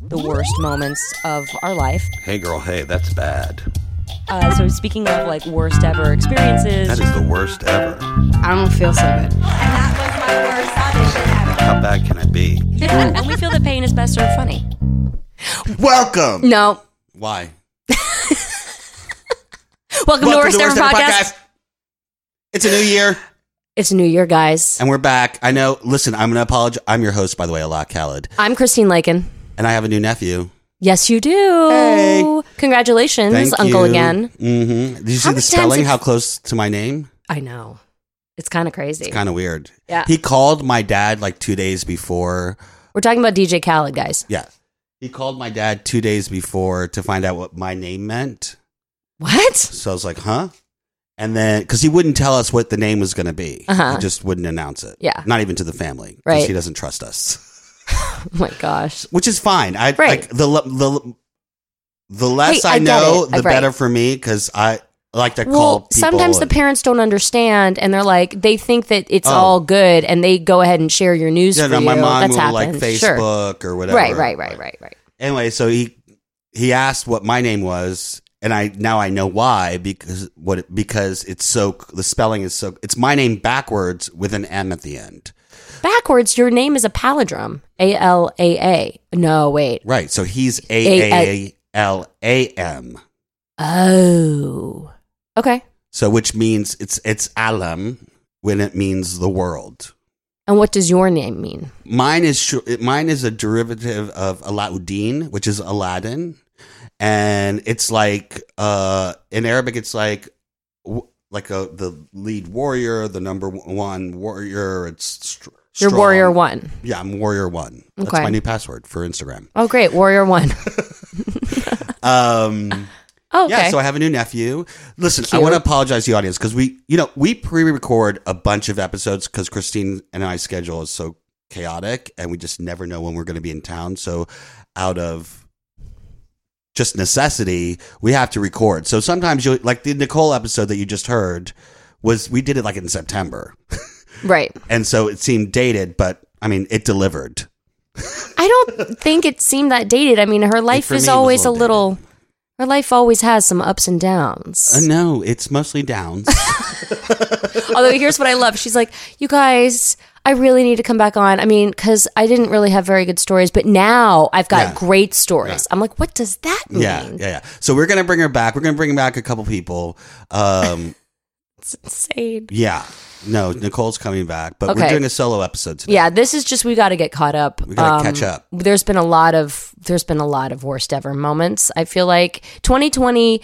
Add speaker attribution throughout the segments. Speaker 1: the worst moments of our life.
Speaker 2: Hey, girl, hey, that's bad.
Speaker 1: Uh, so speaking of like worst ever experiences,
Speaker 2: That is the worst ever.
Speaker 3: I don't feel so good.
Speaker 4: And that was my worst audition ever.
Speaker 2: How bad can it be?
Speaker 1: and we feel that pain is best served funny.
Speaker 5: Welcome.
Speaker 3: No.
Speaker 5: Why?
Speaker 1: Welcome,
Speaker 5: Welcome
Speaker 1: to
Speaker 5: to
Speaker 1: our
Speaker 5: Worst
Speaker 1: Ever
Speaker 5: Ever
Speaker 1: podcast.
Speaker 5: It's a new year
Speaker 1: It's New Year, guys.
Speaker 5: and we're back. I know. Listen, I'm going to apologize. I'm your host, by the way, Alok Khalid,
Speaker 1: I'm Christine Lycan.
Speaker 5: and I have a new nephew.
Speaker 1: Yes, you do.
Speaker 5: Hey.
Speaker 1: Congratulations,
Speaker 5: Thank
Speaker 1: Uncle.
Speaker 5: you.
Speaker 1: Again,
Speaker 5: Mm-hmm. Did you see
Speaker 1: How many
Speaker 5: the
Speaker 1: times
Speaker 5: spelling?
Speaker 1: have-
Speaker 5: How close to my name?
Speaker 1: I know. It's kind of crazy.
Speaker 5: Kind of weird.
Speaker 1: Yeah.
Speaker 5: He called my dad like two days before.
Speaker 1: We're talking about DJ Khaled, guys.
Speaker 5: Yeah. He called my dad two days before to find out what my name meant.
Speaker 1: What?
Speaker 5: So I was like, huh? And then, because he wouldn't tell us what the name was going to be,
Speaker 1: Uh-huh.
Speaker 5: he just wouldn't announce it.
Speaker 1: Yeah.
Speaker 5: Not even to the family. 'cause
Speaker 1: Right.
Speaker 5: He doesn't trust us,
Speaker 1: Oh my gosh.
Speaker 5: which is fine. I
Speaker 1: Right.
Speaker 5: like the le- the the less
Speaker 1: Hey, I
Speaker 5: I,
Speaker 1: get
Speaker 5: know,
Speaker 1: it.
Speaker 5: the
Speaker 1: Right.
Speaker 5: better for me because I like to call.
Speaker 1: Well,
Speaker 5: People
Speaker 1: sometimes the
Speaker 5: and-
Speaker 1: parents don't understand, and they're like, they think that it's
Speaker 5: Oh.
Speaker 1: all good, and they go ahead and share your news
Speaker 5: Yeah,
Speaker 1: for
Speaker 5: no,
Speaker 1: you.
Speaker 5: my mom
Speaker 1: That's
Speaker 5: will
Speaker 1: happened.
Speaker 5: like
Speaker 1: Sure.
Speaker 5: Facebook or whatever.
Speaker 1: Right, right, right, right, right.
Speaker 5: Anyway, so he he asked what my name was, and I now I know why because what it- because it's so the spelling is so it's my name backwards with an M at the end.
Speaker 1: Backwards, your name is a palindrome. A L A A. No, wait.
Speaker 5: Right. So he's
Speaker 1: A-
Speaker 5: A A L A M.
Speaker 1: Oh. Okay.
Speaker 5: So which means it's it's Alam when it means the world.
Speaker 1: And what does your name mean?
Speaker 5: Mine is sh- mine is a derivative of Alauddin, which is Aladdin, and it's like uh in Arabic it's like w- like a the lead warrior, the number one warrior. It's str-
Speaker 1: Your
Speaker 5: strong.
Speaker 1: Warrior One.
Speaker 5: Yeah, I'm warrior one. That's
Speaker 1: Okay.
Speaker 5: my new password for Instagram.
Speaker 1: Oh, great. Warrior One.
Speaker 5: Um.
Speaker 1: Oh, okay.
Speaker 5: Yeah, so I have a new nephew. Listen,
Speaker 1: Cute.
Speaker 5: I want to apologize to the audience because we, you know, we pre-record a bunch of episodes because Christine and I schedule is so chaotic, and we just never know when we're going to be in town. So, out of just necessity, we have to record. So sometimes you like the Nicole episode that you just heard was we did it like in September,
Speaker 1: right.
Speaker 5: and so it seemed dated, but I mean, it delivered.
Speaker 1: I don't think it seemed that dated. I mean, her life
Speaker 5: for me,
Speaker 1: is
Speaker 5: it was
Speaker 1: always a
Speaker 5: all
Speaker 1: little. Her life always has some ups and downs.
Speaker 5: Uh, no, it's mostly downs.
Speaker 1: Although here's what I love. She's like, "You guys, I really need to come back on. I mean, cuz I didn't really have very good stories, but now I've got
Speaker 5: Yeah.
Speaker 1: great stories." I'm like, "What does that mean?"
Speaker 5: yeah, yeah, yeah. So we're gonna bring her back. We're gonna bring back a couple people. Um,
Speaker 1: It's insane.
Speaker 5: Yeah. No, Nicole's coming back, but
Speaker 1: Okay.
Speaker 5: we're doing a solo episode today.
Speaker 1: Yeah, this is just we got to get caught up. Um,
Speaker 5: We gotta catch up.
Speaker 1: There's been a lot of there's been a lot of worst ever moments. I feel like 2020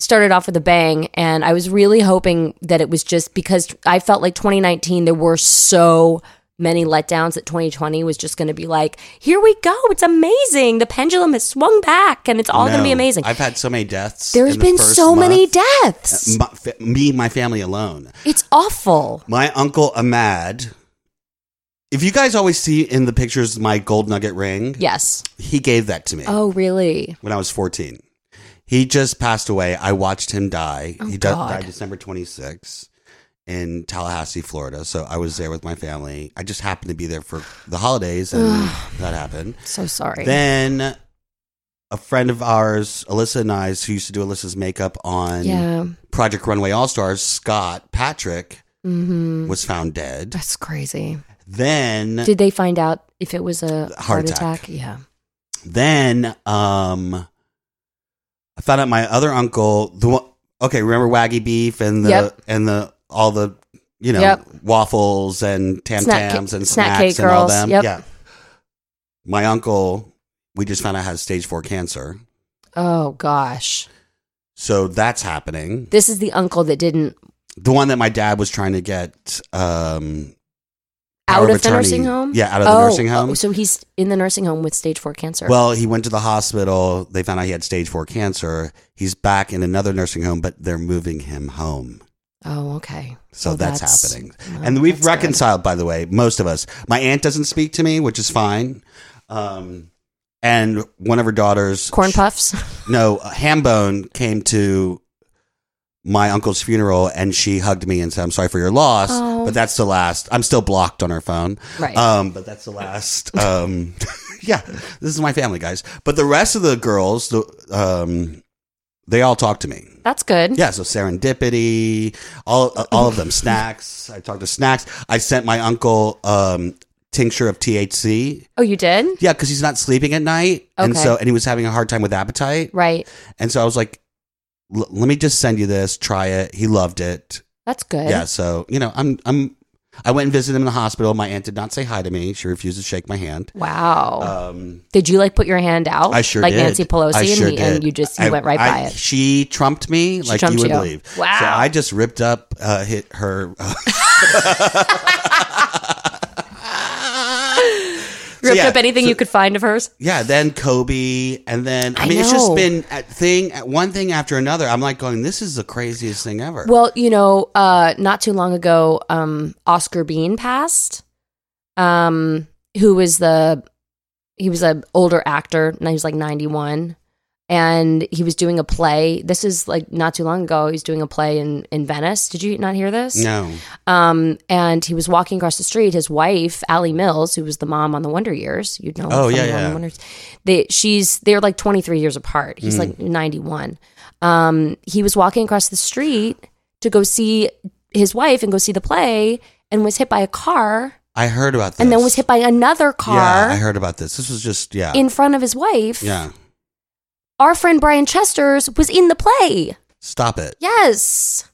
Speaker 1: started off with a bang and I was really hoping that it was just because I felt like 2019 there were so many letdowns that 2020 was just going to be like, here we go. It's amazing. The pendulum has swung back and it's all going to be
Speaker 5: No,
Speaker 1: amazing.
Speaker 5: I've had so many deaths.
Speaker 1: There's
Speaker 5: in the
Speaker 1: been
Speaker 5: first
Speaker 1: so many
Speaker 5: month. Uh,
Speaker 1: deaths.
Speaker 5: My, fa- me, and my family alone.
Speaker 1: It's awful.
Speaker 5: My uncle Ahmad. If you guys always see in the pictures my gold nugget ring,
Speaker 1: Yes.
Speaker 5: he gave that to me
Speaker 1: Oh, really?
Speaker 5: when I was 14. He just passed away. I watched him die.
Speaker 1: Oh,
Speaker 5: he di-
Speaker 1: God.
Speaker 5: died December 26th in Tallahassee, Florida. So I was there with my family. I just happened to be there for the holidays and that happened.
Speaker 1: So sorry.
Speaker 5: Then a friend of ours, Alyssa and I, who used to do Alyssa's makeup on
Speaker 1: yeah.
Speaker 5: Project Runway All Stars, Scott Patrick
Speaker 1: Mhm.
Speaker 5: was found dead.
Speaker 1: That's crazy.
Speaker 5: Then,
Speaker 1: Did they find out if it was a heart, attack?
Speaker 5: attack.
Speaker 1: Yeah.
Speaker 5: then, um, I found out my other uncle, the one, okay, remember Waggy Beef and the
Speaker 1: Yep.
Speaker 5: and the all the you know
Speaker 1: Yep.
Speaker 5: waffles and tam
Speaker 1: Snack ca-
Speaker 5: tams and
Speaker 1: snack
Speaker 5: snacks
Speaker 1: cake
Speaker 5: and all
Speaker 1: girls.
Speaker 5: them.
Speaker 1: Yep.
Speaker 5: Yeah, my uncle, we just found out has stage four cancer,
Speaker 1: Oh gosh.
Speaker 5: so that's happening.
Speaker 1: This is the uncle that didn't
Speaker 5: the one that my dad was trying to get um
Speaker 1: out
Speaker 5: power
Speaker 1: of the
Speaker 5: attorney-
Speaker 1: nursing home.
Speaker 5: Yeah, out of the
Speaker 1: Oh,
Speaker 5: nursing home.
Speaker 1: oh, so he's in the nursing home with stage four cancer.
Speaker 5: well, he went to the hospital. They found out he had stage four cancer. He's back in another nursing home, but they're moving him home.
Speaker 1: oh okay.
Speaker 5: So
Speaker 1: Well,
Speaker 5: that's, happening.
Speaker 1: well,
Speaker 5: and we've
Speaker 1: that's good.
Speaker 5: reconciled, by the way, most of us. My aunt doesn't speak to me, which is fine. Um, and one of her daughters,
Speaker 1: Corn puffs.
Speaker 5: no, Hambone came to my uncle's funeral and she hugged me and said, I'm sorry for your loss,
Speaker 1: Oh.
Speaker 5: but that's the last. I'm still blocked on her phone.
Speaker 1: Right.
Speaker 5: Um, but that's the last um, yeah, this is my family, guys. But the rest of the girls, the, um, they all talk to me.
Speaker 1: That's good.
Speaker 5: Yeah, so serendipity, all uh, all of them. snacks. I talked to snacks. I sent my uncle um, tincture of THC.
Speaker 1: Oh, you did?
Speaker 5: Yeah, because he's not sleeping at night, and
Speaker 1: Okay.
Speaker 5: so and he was having a hard time with appetite,
Speaker 1: Right.
Speaker 5: and so I was like, "L- "Let me just send you this. Try it." He loved it.
Speaker 1: That's good.
Speaker 5: Yeah, so you know, I'm I'm I went and visited him in the hospital. My aunt did not say hi to me. She refused to shake my hand.
Speaker 1: Wow.
Speaker 5: Um,
Speaker 1: did you like put your hand out?
Speaker 5: I sure
Speaker 1: like
Speaker 5: did.
Speaker 1: Nancy Pelosi
Speaker 5: I
Speaker 1: and,
Speaker 5: sure
Speaker 1: he- and
Speaker 5: did.
Speaker 1: you just you
Speaker 5: I-
Speaker 1: went right
Speaker 5: I-
Speaker 1: by it.
Speaker 5: She trumped me like
Speaker 1: trumped
Speaker 5: you would
Speaker 1: you.
Speaker 5: believe.
Speaker 1: Wow.
Speaker 5: So I just ripped up uh, hit her.
Speaker 1: Ripped
Speaker 5: yeah,
Speaker 1: up anything you could find of hers.
Speaker 5: yeah, then Kobe, and then I
Speaker 1: I
Speaker 5: mean, it's just
Speaker 1: know.
Speaker 5: been a thing at one thing after another. I'm like going, this is the craziest thing ever.
Speaker 1: Well, you know, uh, not too long ago, um, Oscar Bean passed. Um, who was the? He was an older actor, and he was like ninety one, and he was doing a play. This is like not too long ago. He was doing a play in in Venice. Did you not hear this?
Speaker 5: no,
Speaker 1: Um, and he was walking across the street. His wife, Allie Mills, who was the mom on The Wonder Years, you'd know. her
Speaker 5: Oh,
Speaker 1: from
Speaker 5: yeah,
Speaker 1: The
Speaker 5: yeah.
Speaker 1: Wonder Years. They, she's they're like twenty three years apart. He's like
Speaker 5: Mm.
Speaker 1: ninety one. Um, he was walking across the street to go see his wife and go see the play, and was hit by a car,
Speaker 5: I heard about this,
Speaker 1: and then was hit by another
Speaker 5: Yeah, I
Speaker 1: car
Speaker 5: heard about this. This was just yeah,
Speaker 1: in front of his wife.
Speaker 5: yeah.
Speaker 1: Our friend Brian Chester's was in the play.
Speaker 5: Stop it.
Speaker 1: Yes,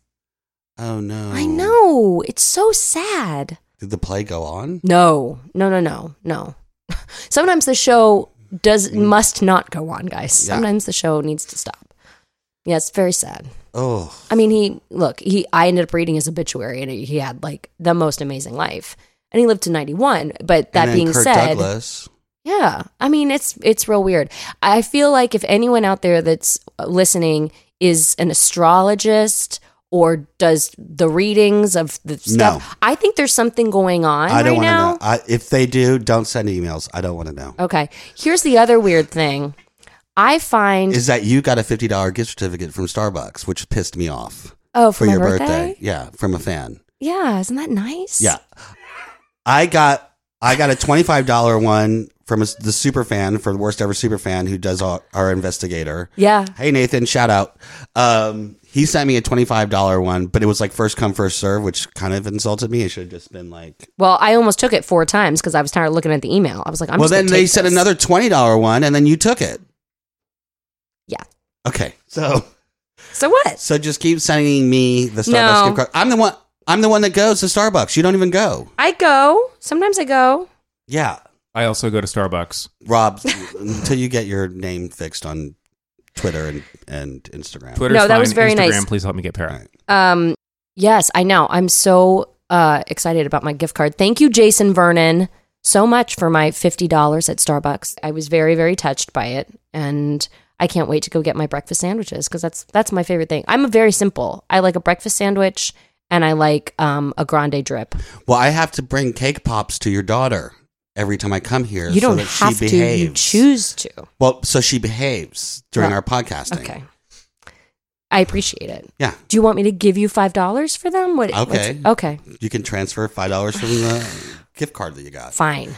Speaker 5: Oh no,
Speaker 1: I know. It's so sad.
Speaker 5: Did the play go
Speaker 1: Mm.
Speaker 5: on?
Speaker 1: No, no, no, no, no. Sometimes the show does must not go on, guys.
Speaker 5: Mm. Yeah.
Speaker 1: Sometimes the show needs to stop. Yeah, it's very sad.
Speaker 5: Oh,
Speaker 1: I mean, he look he. I ended up reading his obituary, and he had like the most amazing life, and he lived to ninety one. But that
Speaker 5: and then
Speaker 1: being
Speaker 5: Kirk
Speaker 1: said,
Speaker 5: Douglas.
Speaker 1: yeah, I mean, it's it's real weird. I feel like if anyone out there that's uh, listening is an astrologist or does the readings of the stuff, I think there's something going on
Speaker 5: I
Speaker 1: right
Speaker 5: don't want to
Speaker 1: now.
Speaker 5: know. I, if they do, don't send emails. I don't want to know.
Speaker 1: Okay. Here's the other weird thing. I find
Speaker 5: Is that you got a fifty dollar gift certificate from Starbucks, which pissed me off
Speaker 1: oh
Speaker 5: for
Speaker 1: for, my
Speaker 5: your
Speaker 1: birthday?
Speaker 5: Yeah, from a fan.
Speaker 1: Yeah, isn't that nice?
Speaker 5: Yeah, I got I got a twenty five dollar one from a, the super fan for the worst ever super fan who does our, our investigator.
Speaker 1: Yeah.
Speaker 5: Hey Nathan, shout out. Um, he sent me a twenty five dollar one, but it was like first come first serve, which kind of insulted me. It should have just been like
Speaker 1: Well, I almost took it four times because I was tired of looking at the email. I was like, I'm
Speaker 5: well,
Speaker 1: just gonna
Speaker 5: then they
Speaker 1: take
Speaker 5: said
Speaker 1: this.
Speaker 5: another twenty dollar one, and then you took it.
Speaker 1: Yeah.
Speaker 5: Okay. So
Speaker 1: So what?
Speaker 5: so just keep sending me the Starbucks
Speaker 1: No.
Speaker 5: gift card. I'm the one. I'm the one that goes to Starbucks. You don't even go.
Speaker 1: I go. Sometimes I go.
Speaker 5: Yeah,
Speaker 6: I also go to Starbucks.
Speaker 5: Rob. until you get your name fixed on Twitter and and Instagram.
Speaker 6: Twitter's
Speaker 1: No, that
Speaker 6: fine.
Speaker 1: was very
Speaker 6: Instagram,
Speaker 1: nice.
Speaker 6: Please help me get para.
Speaker 5: All right.
Speaker 1: Um yes, I know. I'm so uh excited about my gift card. Thank you, Jason Vernon, so much for my fifty dollars at Starbucks. I was very, very touched by it and I can't wait to go get my breakfast sandwiches because that's that's my favorite thing. I'm a very simple. I like a breakfast sandwich and I like um, a grande drip.
Speaker 5: Well, I have to bring cake pops to your daughter every time I come here.
Speaker 1: You don't
Speaker 5: so that
Speaker 1: have
Speaker 5: she
Speaker 1: to. You
Speaker 5: behaves.
Speaker 1: choose to.
Speaker 5: Well, so she behaves during
Speaker 1: Oh,
Speaker 5: our podcasting.
Speaker 1: Okay. I appreciate it.
Speaker 5: Yeah,
Speaker 1: Do you want me to give you five dollars for them? What? what's-
Speaker 5: Okay.
Speaker 1: Okay.
Speaker 5: you can transfer five dollars from the gift card that you got.
Speaker 1: Fine.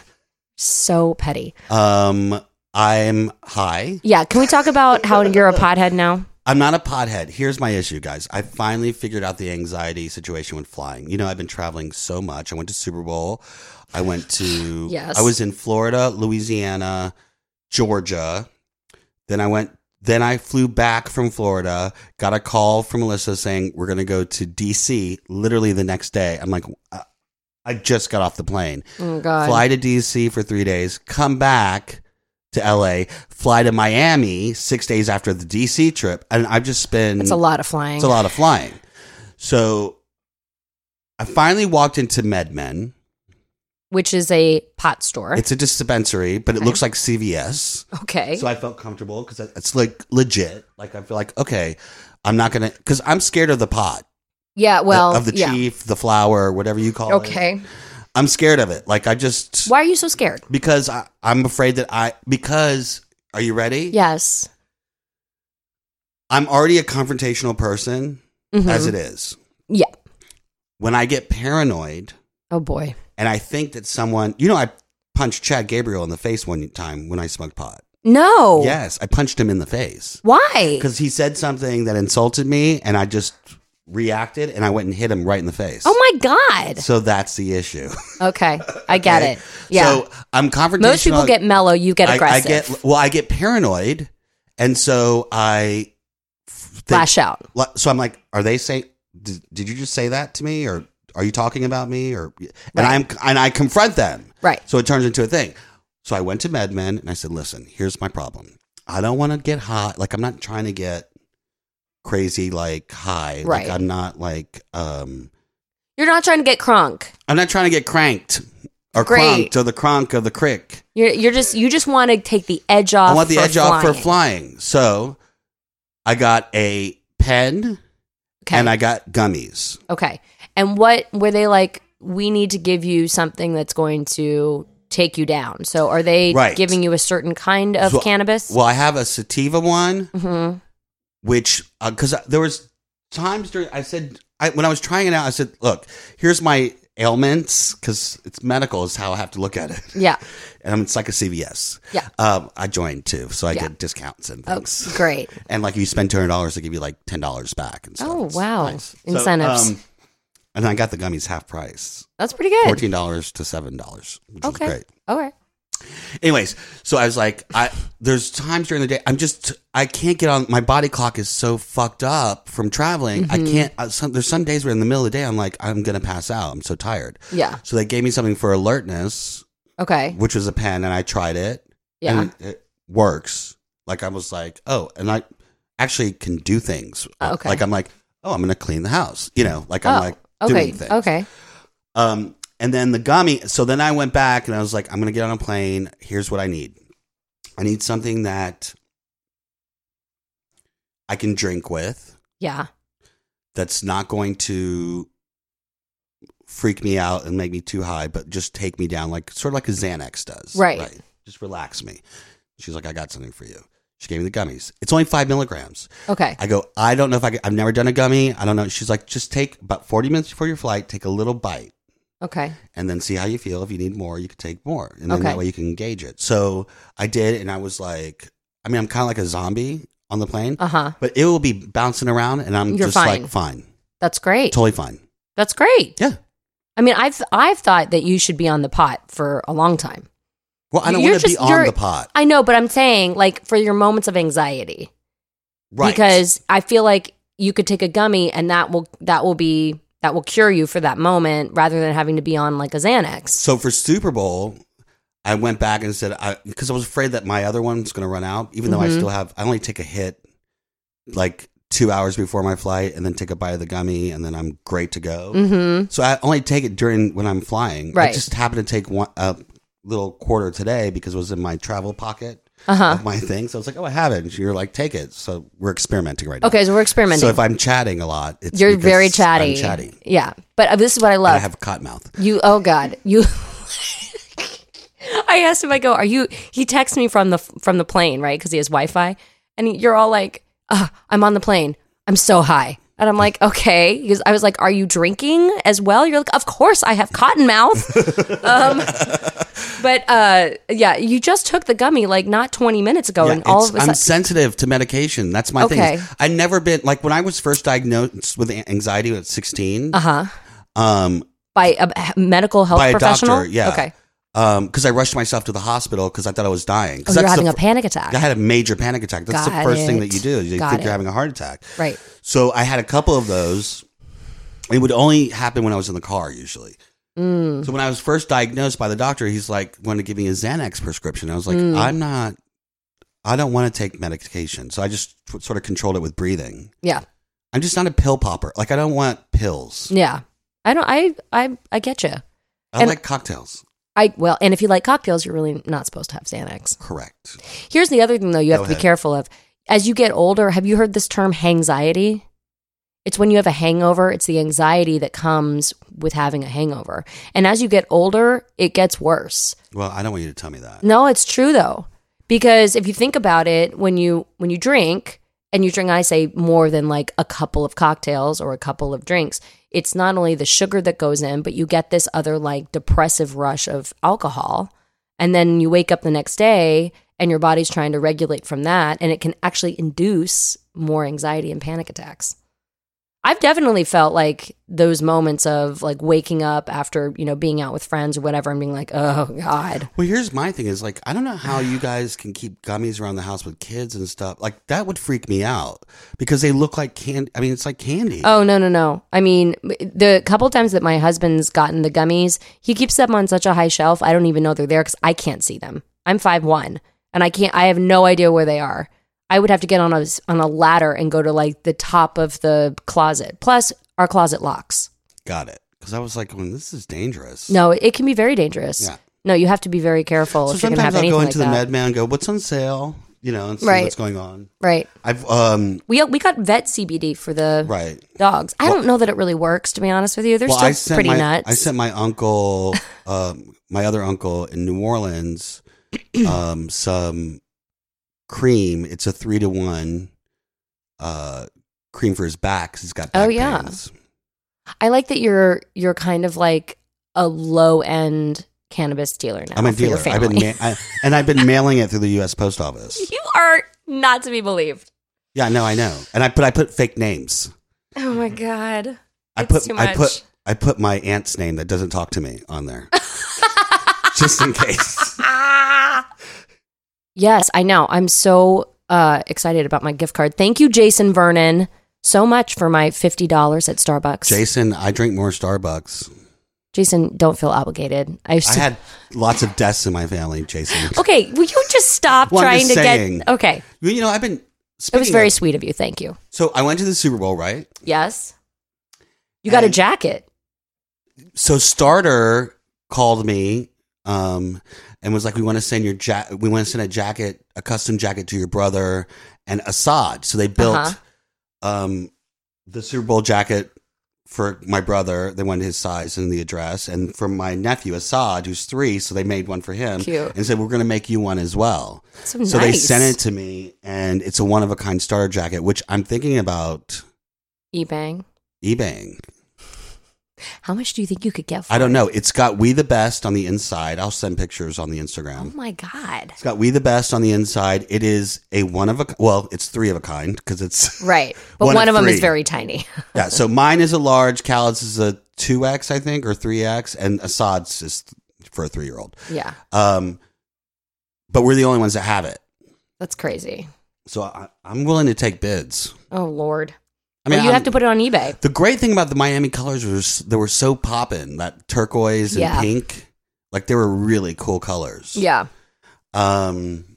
Speaker 1: So petty.
Speaker 5: Um, I'm high.
Speaker 1: Yeah, can we talk about how you're a pothead now?
Speaker 5: I'm not a pothead. Here's my issue, guys. I finally figured out the anxiety situation when flying. You know, I've been traveling so much. I went to Super Bowl. I went to
Speaker 1: Yes.
Speaker 5: I was in Florida, Louisiana, Georgia. Then I went then I flew back from Florida, got a call from Melissa saying we're going to go to DC literally the next day. I'm like I- I just got off the plane
Speaker 1: Oh God.
Speaker 5: fly to DC for three days, come back to LA, fly to Miami six days after the DC trip, and I've just been
Speaker 1: That's a lot of flying.
Speaker 5: It's a lot of flying. So I finally walked into MedMen.
Speaker 1: Which is a pot store.
Speaker 5: It's a dispensary, but it
Speaker 1: Okay.
Speaker 5: looks like CVS.
Speaker 1: okay.
Speaker 5: So I felt comfortable because it's like legit. Like I feel like okay, I'm not gonna because I'm scared of the pot,
Speaker 1: yeah, well
Speaker 5: of the
Speaker 1: yeah.
Speaker 5: chief, the flower, whatever you call it.
Speaker 1: Okay.
Speaker 5: I'm scared of it. Like I just
Speaker 1: Why are you so scared?
Speaker 5: because I, I'm afraid that I because are you ready?
Speaker 1: Yes.
Speaker 5: I'm already a confrontational person
Speaker 1: Mhm.
Speaker 5: as it is.
Speaker 1: Yeah.
Speaker 5: When I get paranoid
Speaker 1: Oh boy.
Speaker 5: and I think that someone, you know, I punched Chad Gabriel in the face one time when I smoked pot.
Speaker 1: No.
Speaker 5: Yes, I punched him in the face
Speaker 1: Why?
Speaker 5: because he said something that insulted me, and I just reacted and I went and hit him right in the face.
Speaker 1: Oh my God.
Speaker 5: So that's the issue.
Speaker 1: Okay. I get
Speaker 5: Okay?
Speaker 1: it. Yeah.
Speaker 5: So I'm confrontational.
Speaker 1: Most people get mellow, you get
Speaker 5: I-
Speaker 1: aggressive.
Speaker 5: I, get well. I get paranoid, and so I f- think-
Speaker 1: Lash out.
Speaker 5: Li- So I'm like, are they saying? Did, did you just say that to me, or are you talking about me? Or and I'm and I confront them.
Speaker 1: Right.
Speaker 5: So it turns into a thing. So I went to MedMen and I said, listen, here's my problem. I don't want to get hot. Like I'm not trying to get crazy, like high.
Speaker 1: Right.
Speaker 5: Like I'm not like um.
Speaker 1: You're not trying to get crunk.
Speaker 5: I'm not trying to get cranked or
Speaker 1: Great.
Speaker 5: crunked or the cronk of the crick.
Speaker 1: You're you're just you just want to take the edge off.
Speaker 5: I want the
Speaker 1: for
Speaker 5: edge
Speaker 1: flying.
Speaker 5: off for flying. So I got a pen
Speaker 1: Okay.
Speaker 5: and I got gummies.
Speaker 1: okay. And what were they like? We need to give you something that's going to take you down. So are they
Speaker 5: Right.
Speaker 1: giving you a certain kind of
Speaker 5: So-
Speaker 1: cannabis?
Speaker 5: Well, I have a sativa one,
Speaker 1: Mhm.
Speaker 5: which because there was times during I said I, when I was trying it out, I said, "Look, here's my ailments because it's medical is how I have to look at it."
Speaker 1: Yeah.
Speaker 5: and it's like a CVS.
Speaker 1: Yeah.
Speaker 5: um, I joined too, so I
Speaker 1: Yeah.
Speaker 5: get discounts and
Speaker 1: Oh,
Speaker 5: things.
Speaker 1: great.
Speaker 5: and like you spend two hundred dollars, they give you like ten dollars back. And stuff.
Speaker 1: Oh,
Speaker 5: It's um,
Speaker 1: wow. Incentives.
Speaker 5: and I got the gummies half price.
Speaker 1: That's pretty good.
Speaker 5: fourteen dollars to seven dollars, which
Speaker 1: okay.
Speaker 5: is great.
Speaker 1: All right.
Speaker 5: Anyways, so I was like, I there's times during the day I'm just I can't get on. My body clock is so fucked up from traveling.
Speaker 1: Mm-hmm.
Speaker 5: I can't. I, some, there's some days where in the middle of the day I'm like I'm gonna pass out. I'm so tired.
Speaker 1: Yeah.
Speaker 5: So they gave me something for alertness,
Speaker 1: Okay.
Speaker 5: which was a pen, and I tried it.
Speaker 1: Yeah.
Speaker 5: and it, it works. Like I was like, oh, and I actually can do things.
Speaker 1: Okay.
Speaker 5: like I'm like, oh, I'm gonna clean the house. You know, like
Speaker 1: oh.
Speaker 5: I'm like
Speaker 1: okay.
Speaker 5: doing things.
Speaker 1: Okay.
Speaker 5: Um, and then the gummy. So then I went back and I was like, I'm gonna get on a plane. Here's what I need. I need something that I can drink with.
Speaker 1: Yeah.
Speaker 5: That's not going to freak me out and make me too high, but just take me down, like sort of like a Xanax does.
Speaker 1: Right.
Speaker 5: Just relax me. She's like, I got something for you. She gave me the gummies. It's only five milligrams.
Speaker 1: Okay.
Speaker 5: I go, I don't know if I could, I've never done a gummy. I don't know. She's like, just take about 40 minutes before your flight, take a little bite
Speaker 1: Okay.
Speaker 5: and then see how you feel. If you need more, you can take more, and then
Speaker 1: Okay.
Speaker 5: that way you can engage it. So I did, and I was like, I mean, I'm kind of like a zombie on the plane,
Speaker 1: Uh huh.
Speaker 5: but it will be bouncing around, and I'm
Speaker 1: You're
Speaker 5: just
Speaker 1: fine.
Speaker 5: like fine,
Speaker 1: That's great.
Speaker 5: totally fine.
Speaker 1: That's great.
Speaker 5: Yeah.
Speaker 1: I mean, I've I've thought that you should be on the pot for a long time.
Speaker 5: Well, I don't
Speaker 1: You're
Speaker 5: want to be
Speaker 1: just- you're-
Speaker 5: on the pot,
Speaker 1: I know, but I'm saying like for your moments of anxiety.
Speaker 5: right?
Speaker 1: Because I feel like you could take a gummy and that will that will be that will cure you for that moment rather than having to be on like a Xanax.
Speaker 5: so for Super Bowl, I went back and said, I because I was afraid that my other one's going to run out, even though I
Speaker 1: Mhm.
Speaker 5: still have, I only take a hit like two hours before my flight, and then take a bite of the gummy, and then I'm great to go.
Speaker 1: Mm-hmm.
Speaker 5: So I only take it during when I'm flying.
Speaker 1: Right.
Speaker 5: I just happened to take one a little quarter today because it was in my travel pocket
Speaker 1: Uh-huh.
Speaker 5: of my thing. So I was like, oh, I have it. And you're like, take it. So we're experimenting right
Speaker 1: Okay, so we're
Speaker 5: now.
Speaker 1: experimenting.
Speaker 5: So if I'm chatting a lot, it's
Speaker 1: You're
Speaker 5: because
Speaker 1: very chatty.
Speaker 5: I'm chatty.
Speaker 1: Yeah. But uh, this is what I
Speaker 5: I
Speaker 1: love.
Speaker 5: have cotton mouth.
Speaker 1: You oh god. You I asked him I go, "Are you he texts me from the from the plane, right? Cuz he has Wi-Fi." And you're all like, "Ah, I'm on the plane. I'm so high." And I'm like, "Okay." Because I was like, "Are you drinking as well?" You're like, "Of course I have cotton mouth." um but uh yeah, you just took the gummy like not 20 minutes ago
Speaker 5: Yeah,
Speaker 1: and all
Speaker 5: it's-
Speaker 1: of a
Speaker 5: I'm
Speaker 1: sudden
Speaker 5: sensitive to medication. That's my
Speaker 1: Okay.
Speaker 5: thing. I never been like when I was first diagnosed with an- anxiety at 16.
Speaker 1: uh-huh.
Speaker 5: Um,
Speaker 1: By a a medical health
Speaker 5: By a
Speaker 1: professional?
Speaker 5: doctor, yeah.
Speaker 1: Okay.
Speaker 5: um, because I rushed myself to the hospital because I thought I was dying. 'Cause
Speaker 1: Oh, you're
Speaker 5: that's the
Speaker 1: having a
Speaker 5: fir-
Speaker 1: panic attack.
Speaker 5: I had a major panic attack. That's
Speaker 1: Got
Speaker 5: the first thing
Speaker 1: it.
Speaker 5: that you do. You
Speaker 1: Got
Speaker 5: think
Speaker 1: it.
Speaker 5: you're having a heart attack.
Speaker 1: right.
Speaker 5: So I had a couple of those. It would only happen when I was in the car, usually.
Speaker 1: Mm,
Speaker 5: So when I was first diagnosed by the doctor, he's like, "Want to give me a Xanax prescription?" I was like,
Speaker 1: Mm.
Speaker 5: "I'm not. I don't want to take medication." So I just t- sort of controlled it with breathing.
Speaker 1: Yeah.
Speaker 5: I'm just not a pill popper. Like I don't want pills.
Speaker 1: Yeah. I don't I I I get you.
Speaker 5: I
Speaker 1: And-
Speaker 5: like cocktails.
Speaker 1: I well, and if you like cocktails, you're really not supposed to have Xanax.
Speaker 5: Correct.
Speaker 1: Here's the other thing though you have
Speaker 5: Go
Speaker 1: to be
Speaker 5: ahead.
Speaker 1: careful of. As you get older, have you heard this term hangxiety? It's when you have a hangover, it's the anxiety that comes with having a hangover. And as you get older, it gets worse.
Speaker 5: Well, I don't want you to tell me that.
Speaker 1: No, it's true though. Because if you think about it, when you when you drink and you drink I say more than like a couple of cocktails or a couple of drinks, it's not only the sugar that goes in, but you get this other like depressive rush of alcohol And then you wake up the next day and your body's trying to regulate from that. And it can actually induce more anxiety and panic attacks. I've definitely felt like those moments of like waking up after, you know, being out with friends or whatever and being like, oh God.
Speaker 5: Well, here's my thing: is like I don't know how you guys can keep gummies around the house with kids and stuff. Like that would freak me out because they look like candy. I mean, it's like candy.
Speaker 1: Oh no no no! I mean, the couple times that my husband's gotten the gummies, he keeps them on such a high shelf. I don't even know they're there because I can't see them. I'm five one, and I can't. I have no idea where they are. I would have to get on a s- on a ladder and go to like the top of the closet. Plus, our closet locks.
Speaker 5: Got it? Because I was like, well, this is dangerous.
Speaker 1: No, it can be very dangerous.
Speaker 5: Yeah.
Speaker 1: No, you have to be very careful
Speaker 5: So
Speaker 1: if you're gonna have
Speaker 5: sometimes I'll
Speaker 1: anything
Speaker 5: go
Speaker 1: like
Speaker 5: into the
Speaker 1: that.
Speaker 5: med man and go, "What's on sale?" You know, and see
Speaker 1: Right.
Speaker 5: what's going on.
Speaker 1: right.
Speaker 5: I've um
Speaker 1: We we got vet CBD for the
Speaker 5: right.
Speaker 1: dogs. I don't know that it really works, to be honest with you. They're
Speaker 5: I
Speaker 1: still
Speaker 5: sent
Speaker 1: pretty
Speaker 5: my,
Speaker 1: nuts.
Speaker 5: I sent my uncle, um, my other uncle in New Orleans, um, some cream. It's a three to one uh, cream for his back. 'cause he's got back
Speaker 1: Oh, yeah.
Speaker 5: pains.
Speaker 1: I like that you're you're kind of like a low end cannabis dealer now.
Speaker 5: I'm a
Speaker 1: for your
Speaker 5: dealer. I've been
Speaker 1: family.
Speaker 5: ma- I, and I've been mailing it through the U.S. Post Office.
Speaker 1: you are not to be believed.
Speaker 5: Yeah, no, I know. And I put I put fake names.
Speaker 1: Oh my god.
Speaker 5: I
Speaker 1: It's
Speaker 5: put
Speaker 1: too
Speaker 5: I
Speaker 1: much.
Speaker 5: put I put my aunt's name that doesn't talk to me on there, just in case.
Speaker 1: Yes, I know. I'm so uh, excited about my gift card. Thank you, Jason Vernon, so much for my fifty dollars at Starbucks.
Speaker 5: Jason, I drink more Starbucks.
Speaker 1: Jason, don't feel obligated. I,
Speaker 5: I had lots of deaths in my family, Jason.
Speaker 1: okay. Will you just stop
Speaker 5: Well, I'm
Speaker 1: trying
Speaker 5: just
Speaker 1: to
Speaker 5: saying.
Speaker 1: get? Okay,
Speaker 5: You know, I've been.
Speaker 1: it
Speaker 5: Speaking
Speaker 1: was very
Speaker 5: of-
Speaker 1: sweet of you. Thank you.
Speaker 5: so I went to the Super Bowl, right?
Speaker 1: Yes, you got a
Speaker 5: And-
Speaker 1: jacket.
Speaker 5: So Starter called me um, and was like, "We want to send your ja- we want to send a jacket, a custom jacket to your brother and Assad." So they built
Speaker 1: Uh-huh.
Speaker 5: um, the Super Bowl jacket for my brother. They wanted his size and the address, and for my nephew Assad, who's three. So they made one for him
Speaker 1: Cute.
Speaker 5: and said, "We're going to make you one as well."
Speaker 1: So,
Speaker 5: So they
Speaker 1: nice.
Speaker 5: sent it to me, and it's a one of a kind starter jacket, which I'm thinking about
Speaker 1: Ebang.
Speaker 5: eBaying.
Speaker 1: How much do you think you could get? For
Speaker 5: I don't
Speaker 1: it?
Speaker 5: know. It's got We the Best on the inside. I'll send pictures on the
Speaker 1: Oh
Speaker 5: Instagram.
Speaker 1: my god!
Speaker 5: It's got We the Best on the inside. It is a one of a well, it's three of a kind because it's
Speaker 1: Right, but
Speaker 5: One
Speaker 1: one,
Speaker 5: of
Speaker 1: of them is
Speaker 5: three.
Speaker 1: very tiny.
Speaker 5: yeah. So mine is a large. Khaled's is a two X, I think, or three X, and Assad's is for a three year old.
Speaker 1: yeah,
Speaker 5: Um, but we're the only ones that have it,
Speaker 1: that's crazy.
Speaker 5: so I, I'm willing to take bids.
Speaker 1: Oh lord!
Speaker 5: I mean,
Speaker 1: Well, you
Speaker 5: I'm-
Speaker 1: have to put it on eBay.
Speaker 5: The great thing about the Miami colors was they were so poppin' that turquoise and
Speaker 1: Yeah.
Speaker 5: pink, like they were really cool colors.
Speaker 1: Yeah,
Speaker 5: Um,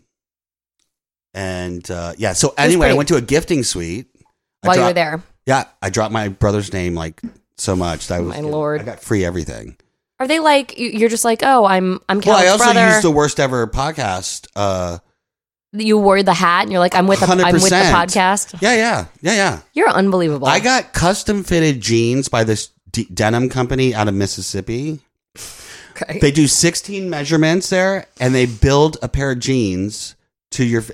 Speaker 5: and uh, yeah, so anyway, I
Speaker 1: pretty-
Speaker 5: went to a gifting suite I
Speaker 1: while you were
Speaker 5: dropped-
Speaker 1: there,
Speaker 5: Yeah, I dropped my brother's name like so much that I was
Speaker 1: My lord.
Speaker 5: I got free everything.
Speaker 1: are they like you- you're just like, oh, I'm I'm Cal's
Speaker 5: well, I also
Speaker 1: brother.
Speaker 5: used the worst ever podcast. Uh,
Speaker 1: you wore the hat, and you're like, I'm with the, I'm with the
Speaker 5: 100%.
Speaker 1: podcast.
Speaker 5: yeah, yeah, yeah, yeah.
Speaker 1: You're unbelievable.
Speaker 5: I got custom fitted jeans by this d- denim company out of Mississippi.
Speaker 1: okay.
Speaker 5: They do 16 measurements there and they build a pair of jeans to your. f-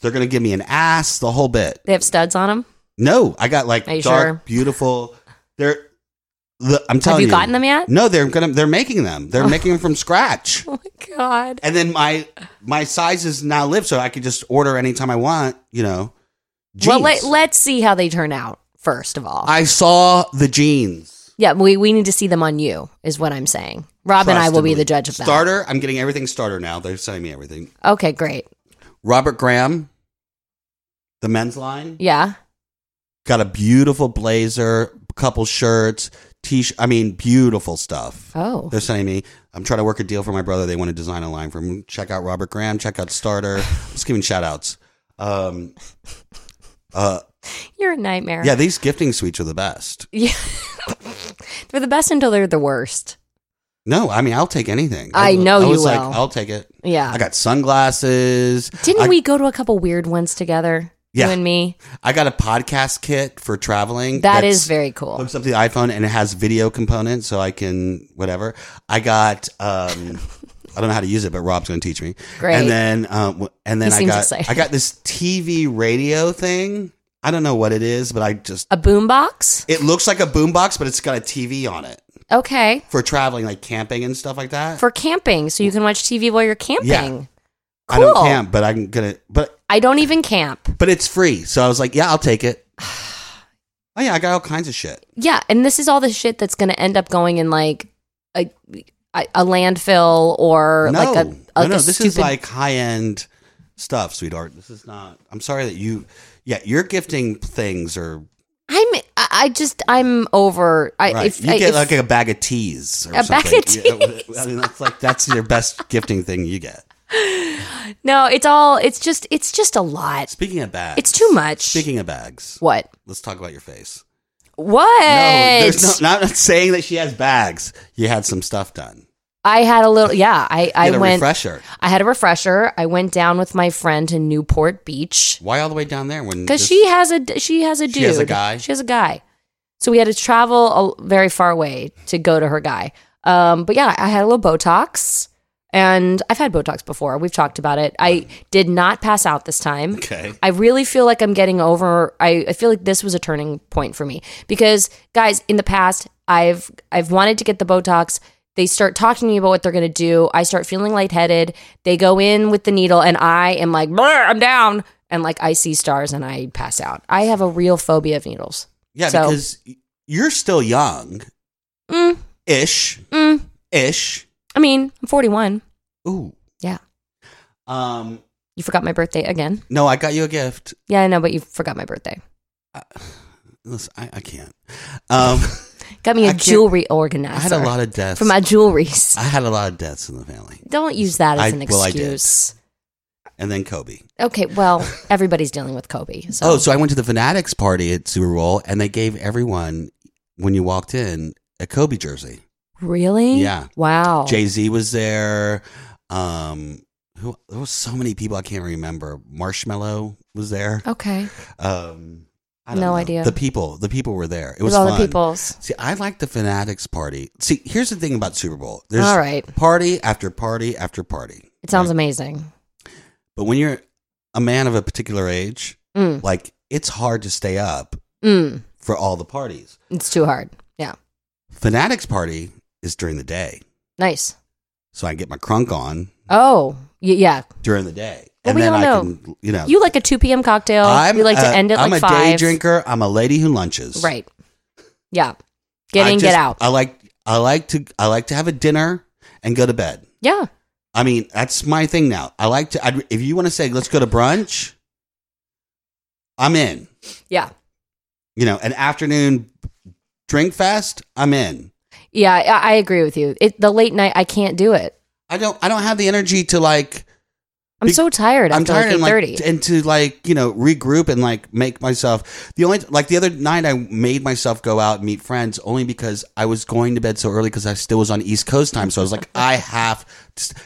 Speaker 5: They're going to give me an ass, the whole bit.
Speaker 1: They have studs on them.
Speaker 5: No, I got like
Speaker 1: Are you
Speaker 5: dark,
Speaker 1: sure?
Speaker 5: beautiful. They're. The, I'm telling
Speaker 1: you gotten them yet?
Speaker 5: No, they're gonna. They're making them. They're making them from scratch.
Speaker 1: Oh my god!
Speaker 5: And then my my size is now live, so I could just order anytime I want. You know, jeans.
Speaker 1: Well, let, let's see how they turn out first of all.
Speaker 5: I saw the jeans.
Speaker 1: yeah, we we need to see them on you, is what I'm saying. Rob and I will be
Speaker 5: Trust
Speaker 1: the
Speaker 5: me.
Speaker 1: judge of that.
Speaker 5: Starter. I'm getting everything starter now. They're sending me everything.
Speaker 1: Okay, great.
Speaker 5: Robert Graham, the men's line,
Speaker 1: Yeah.
Speaker 5: got a beautiful blazer, couple shirts, t shirt. I mean, beautiful stuff.
Speaker 1: Oh.
Speaker 5: They're sending me. I'm trying to work a deal for my brother. They want to design a line for him. Check out Robert Graham. Check out Starter. I'm just giving shout outs. Um, uh,
Speaker 1: You're a nightmare.
Speaker 5: yeah, these gifting suites are the best.
Speaker 1: Yeah. they're the best until they're the worst.
Speaker 5: No, I mean, I'll take anything.
Speaker 1: I know
Speaker 5: I
Speaker 1: you
Speaker 5: was like,
Speaker 1: will.
Speaker 5: I'll take it.
Speaker 1: Yeah.
Speaker 5: I got sunglasses.
Speaker 1: Didn't
Speaker 5: I,
Speaker 1: we go to a couple weird ones together?
Speaker 5: Yeah.
Speaker 1: You and me?
Speaker 5: I got a podcast kit for traveling.
Speaker 1: That
Speaker 5: that's-
Speaker 1: is very cool.
Speaker 5: hooks up the iPhone and it has video components, so I can whatever. I got. um I don't know how to use it, but Rob's going to teach me.
Speaker 1: Great.
Speaker 5: And then, um, w- and then
Speaker 1: He
Speaker 5: I
Speaker 1: seems
Speaker 5: got
Speaker 1: excited.
Speaker 5: I got this TV radio thing. I don't know what it is, but I just
Speaker 1: A boombox?
Speaker 5: it looks like a boombox, but it's got a TV on it.
Speaker 1: Okay.
Speaker 5: for traveling, like camping and stuff like that.
Speaker 1: For camping, so you can watch TV while you're camping.
Speaker 5: I don't
Speaker 1: cool.
Speaker 5: camp, but I'm gonna. But
Speaker 1: I don't even camp.
Speaker 5: but it's free, so I was like, yeah, I'll take it. oh yeah, I got all kinds of shit.
Speaker 1: Yeah, and this is all the shit that's going to end up going in like a a, a landfill or
Speaker 5: no,
Speaker 1: like a,
Speaker 5: no,
Speaker 1: like
Speaker 5: no,
Speaker 1: a
Speaker 5: this
Speaker 1: stupid
Speaker 5: is like high end stuff, sweetheart. This is not. I'm sorry that you. Yeah, you're gifting things or
Speaker 1: I'm I- I just I'm over I
Speaker 5: right.
Speaker 1: if,
Speaker 5: you
Speaker 1: I-
Speaker 5: get
Speaker 1: if-
Speaker 5: like a bag of teas or
Speaker 1: A bag
Speaker 5: something.
Speaker 1: of
Speaker 5: You- I mean, that's like that's your best gifting thing you get.
Speaker 1: no it's all it's just it's just a lot
Speaker 5: Speaking of bags,
Speaker 1: it's too much
Speaker 5: Speaking of bags,
Speaker 1: what
Speaker 5: let's talk about your face.
Speaker 1: what
Speaker 5: No, there's no, not saying that she has bags. You had some stuff done.
Speaker 1: I had a little yeah I
Speaker 5: You
Speaker 1: I
Speaker 5: had a
Speaker 1: went
Speaker 5: refresher.
Speaker 1: I had a refresher I went down with my friend to Newport Beach
Speaker 5: Why all the way down there? When
Speaker 1: because
Speaker 5: this-
Speaker 1: she has a she has a dude
Speaker 5: She has a guy?
Speaker 1: she has a guy so we had to travel a, very far away to go to her guy um but yeah i had a little botox and i've had botox before we've talked about it i did not pass out this time
Speaker 5: Okay.
Speaker 1: i really feel like i'm getting over I, I feel like this was a turning point for me because guys in the past i've i've wanted to get the botox they start talking to me about what they're going to do. I start feeling lightheaded. They go in with the needle, and I am like, "Brr, I'm down. And like, I see stars and I pass out. I have a real phobia of needles.
Speaker 5: Yeah,
Speaker 1: So-
Speaker 5: because you're still young.
Speaker 1: Mm.
Speaker 5: Ish.
Speaker 1: Mm.
Speaker 5: Ish.
Speaker 1: I mean, I'm 41.
Speaker 5: Ooh.
Speaker 1: Yeah.
Speaker 5: Um.
Speaker 1: You forgot my birthday again.
Speaker 5: No, I got you a gift.
Speaker 1: Yeah, I know, but you forgot my birthday.
Speaker 5: Listen, I, I can't. Um,
Speaker 1: Got me
Speaker 5: I
Speaker 1: a
Speaker 5: can't-
Speaker 1: jewelry
Speaker 5: I
Speaker 1: organizer.
Speaker 5: had a lot of deaths.
Speaker 1: for my jewelries.
Speaker 5: I had a lot of deaths in the family,
Speaker 1: Don't use that as
Speaker 5: I-
Speaker 1: an
Speaker 5: well, I did.
Speaker 1: excuse.
Speaker 5: and then Kobe.
Speaker 1: okay, well, everybody's dealing with Kobe. So.
Speaker 5: Oh, so I went to the Fanatics party at Super Bowl, and they gave everyone when you walked in a Kobe jersey.
Speaker 1: really?
Speaker 5: Yeah.
Speaker 1: Wow.
Speaker 5: Jay Z was there. Um, who there was so many people I can't remember. Marshmallow was there.
Speaker 1: okay.
Speaker 5: Um,
Speaker 1: Oh.
Speaker 5: I
Speaker 1: No
Speaker 5: don't know.
Speaker 1: idea.
Speaker 5: The people, the people were there. It
Speaker 1: With
Speaker 5: was
Speaker 1: all
Speaker 5: fun.
Speaker 1: the peoples.
Speaker 5: See, I like the Fanatics party. See, here's the thing about Super Bowl. There's
Speaker 1: all right.
Speaker 5: party after party after party.
Speaker 1: It sounds
Speaker 5: Right?
Speaker 1: amazing.
Speaker 5: But when you're a man of a particular age,
Speaker 1: Mm,
Speaker 5: like it's hard to stay up
Speaker 1: mm,
Speaker 5: for all the parties.
Speaker 1: it's too hard. Yeah.
Speaker 5: Fanatics party is during the day.
Speaker 1: Nice.
Speaker 5: So I get my crunk on
Speaker 1: Oh, y- yeah.
Speaker 5: during the day.
Speaker 1: Well, we all
Speaker 5: I
Speaker 1: know.
Speaker 5: can, you know,
Speaker 1: You like a 2 p.m. cocktail. you like to
Speaker 5: a-
Speaker 1: end it
Speaker 5: I'm
Speaker 1: like
Speaker 5: a
Speaker 1: 5.
Speaker 5: day drinker. I'm a lady who lunches.
Speaker 1: Right. Yeah. Get
Speaker 5: I
Speaker 1: in, get
Speaker 5: just- uh,
Speaker 1: out.
Speaker 5: I like I like to I like to have a dinner and go to bed.
Speaker 1: yeah.
Speaker 5: I mean, that's my thing now. I like to. I'd, if you want to say let's go to brunch, I'm in.
Speaker 1: Yeah.
Speaker 5: You know, an afternoon drink fest, I'm in.
Speaker 1: Yeah. I, I agree with you. It, the late night, I can't do it.
Speaker 5: I don't. I don't have the energy to like.
Speaker 1: I'm
Speaker 5: Be-
Speaker 1: so tired.
Speaker 5: I'm
Speaker 1: after
Speaker 5: tired
Speaker 1: like
Speaker 5: and
Speaker 1: 8:30.
Speaker 5: like and to like you know regroup and like make myself the only like the other night I made myself go out and meet friends only because I was going to bed so early because I still was on East Coast time so I was like I have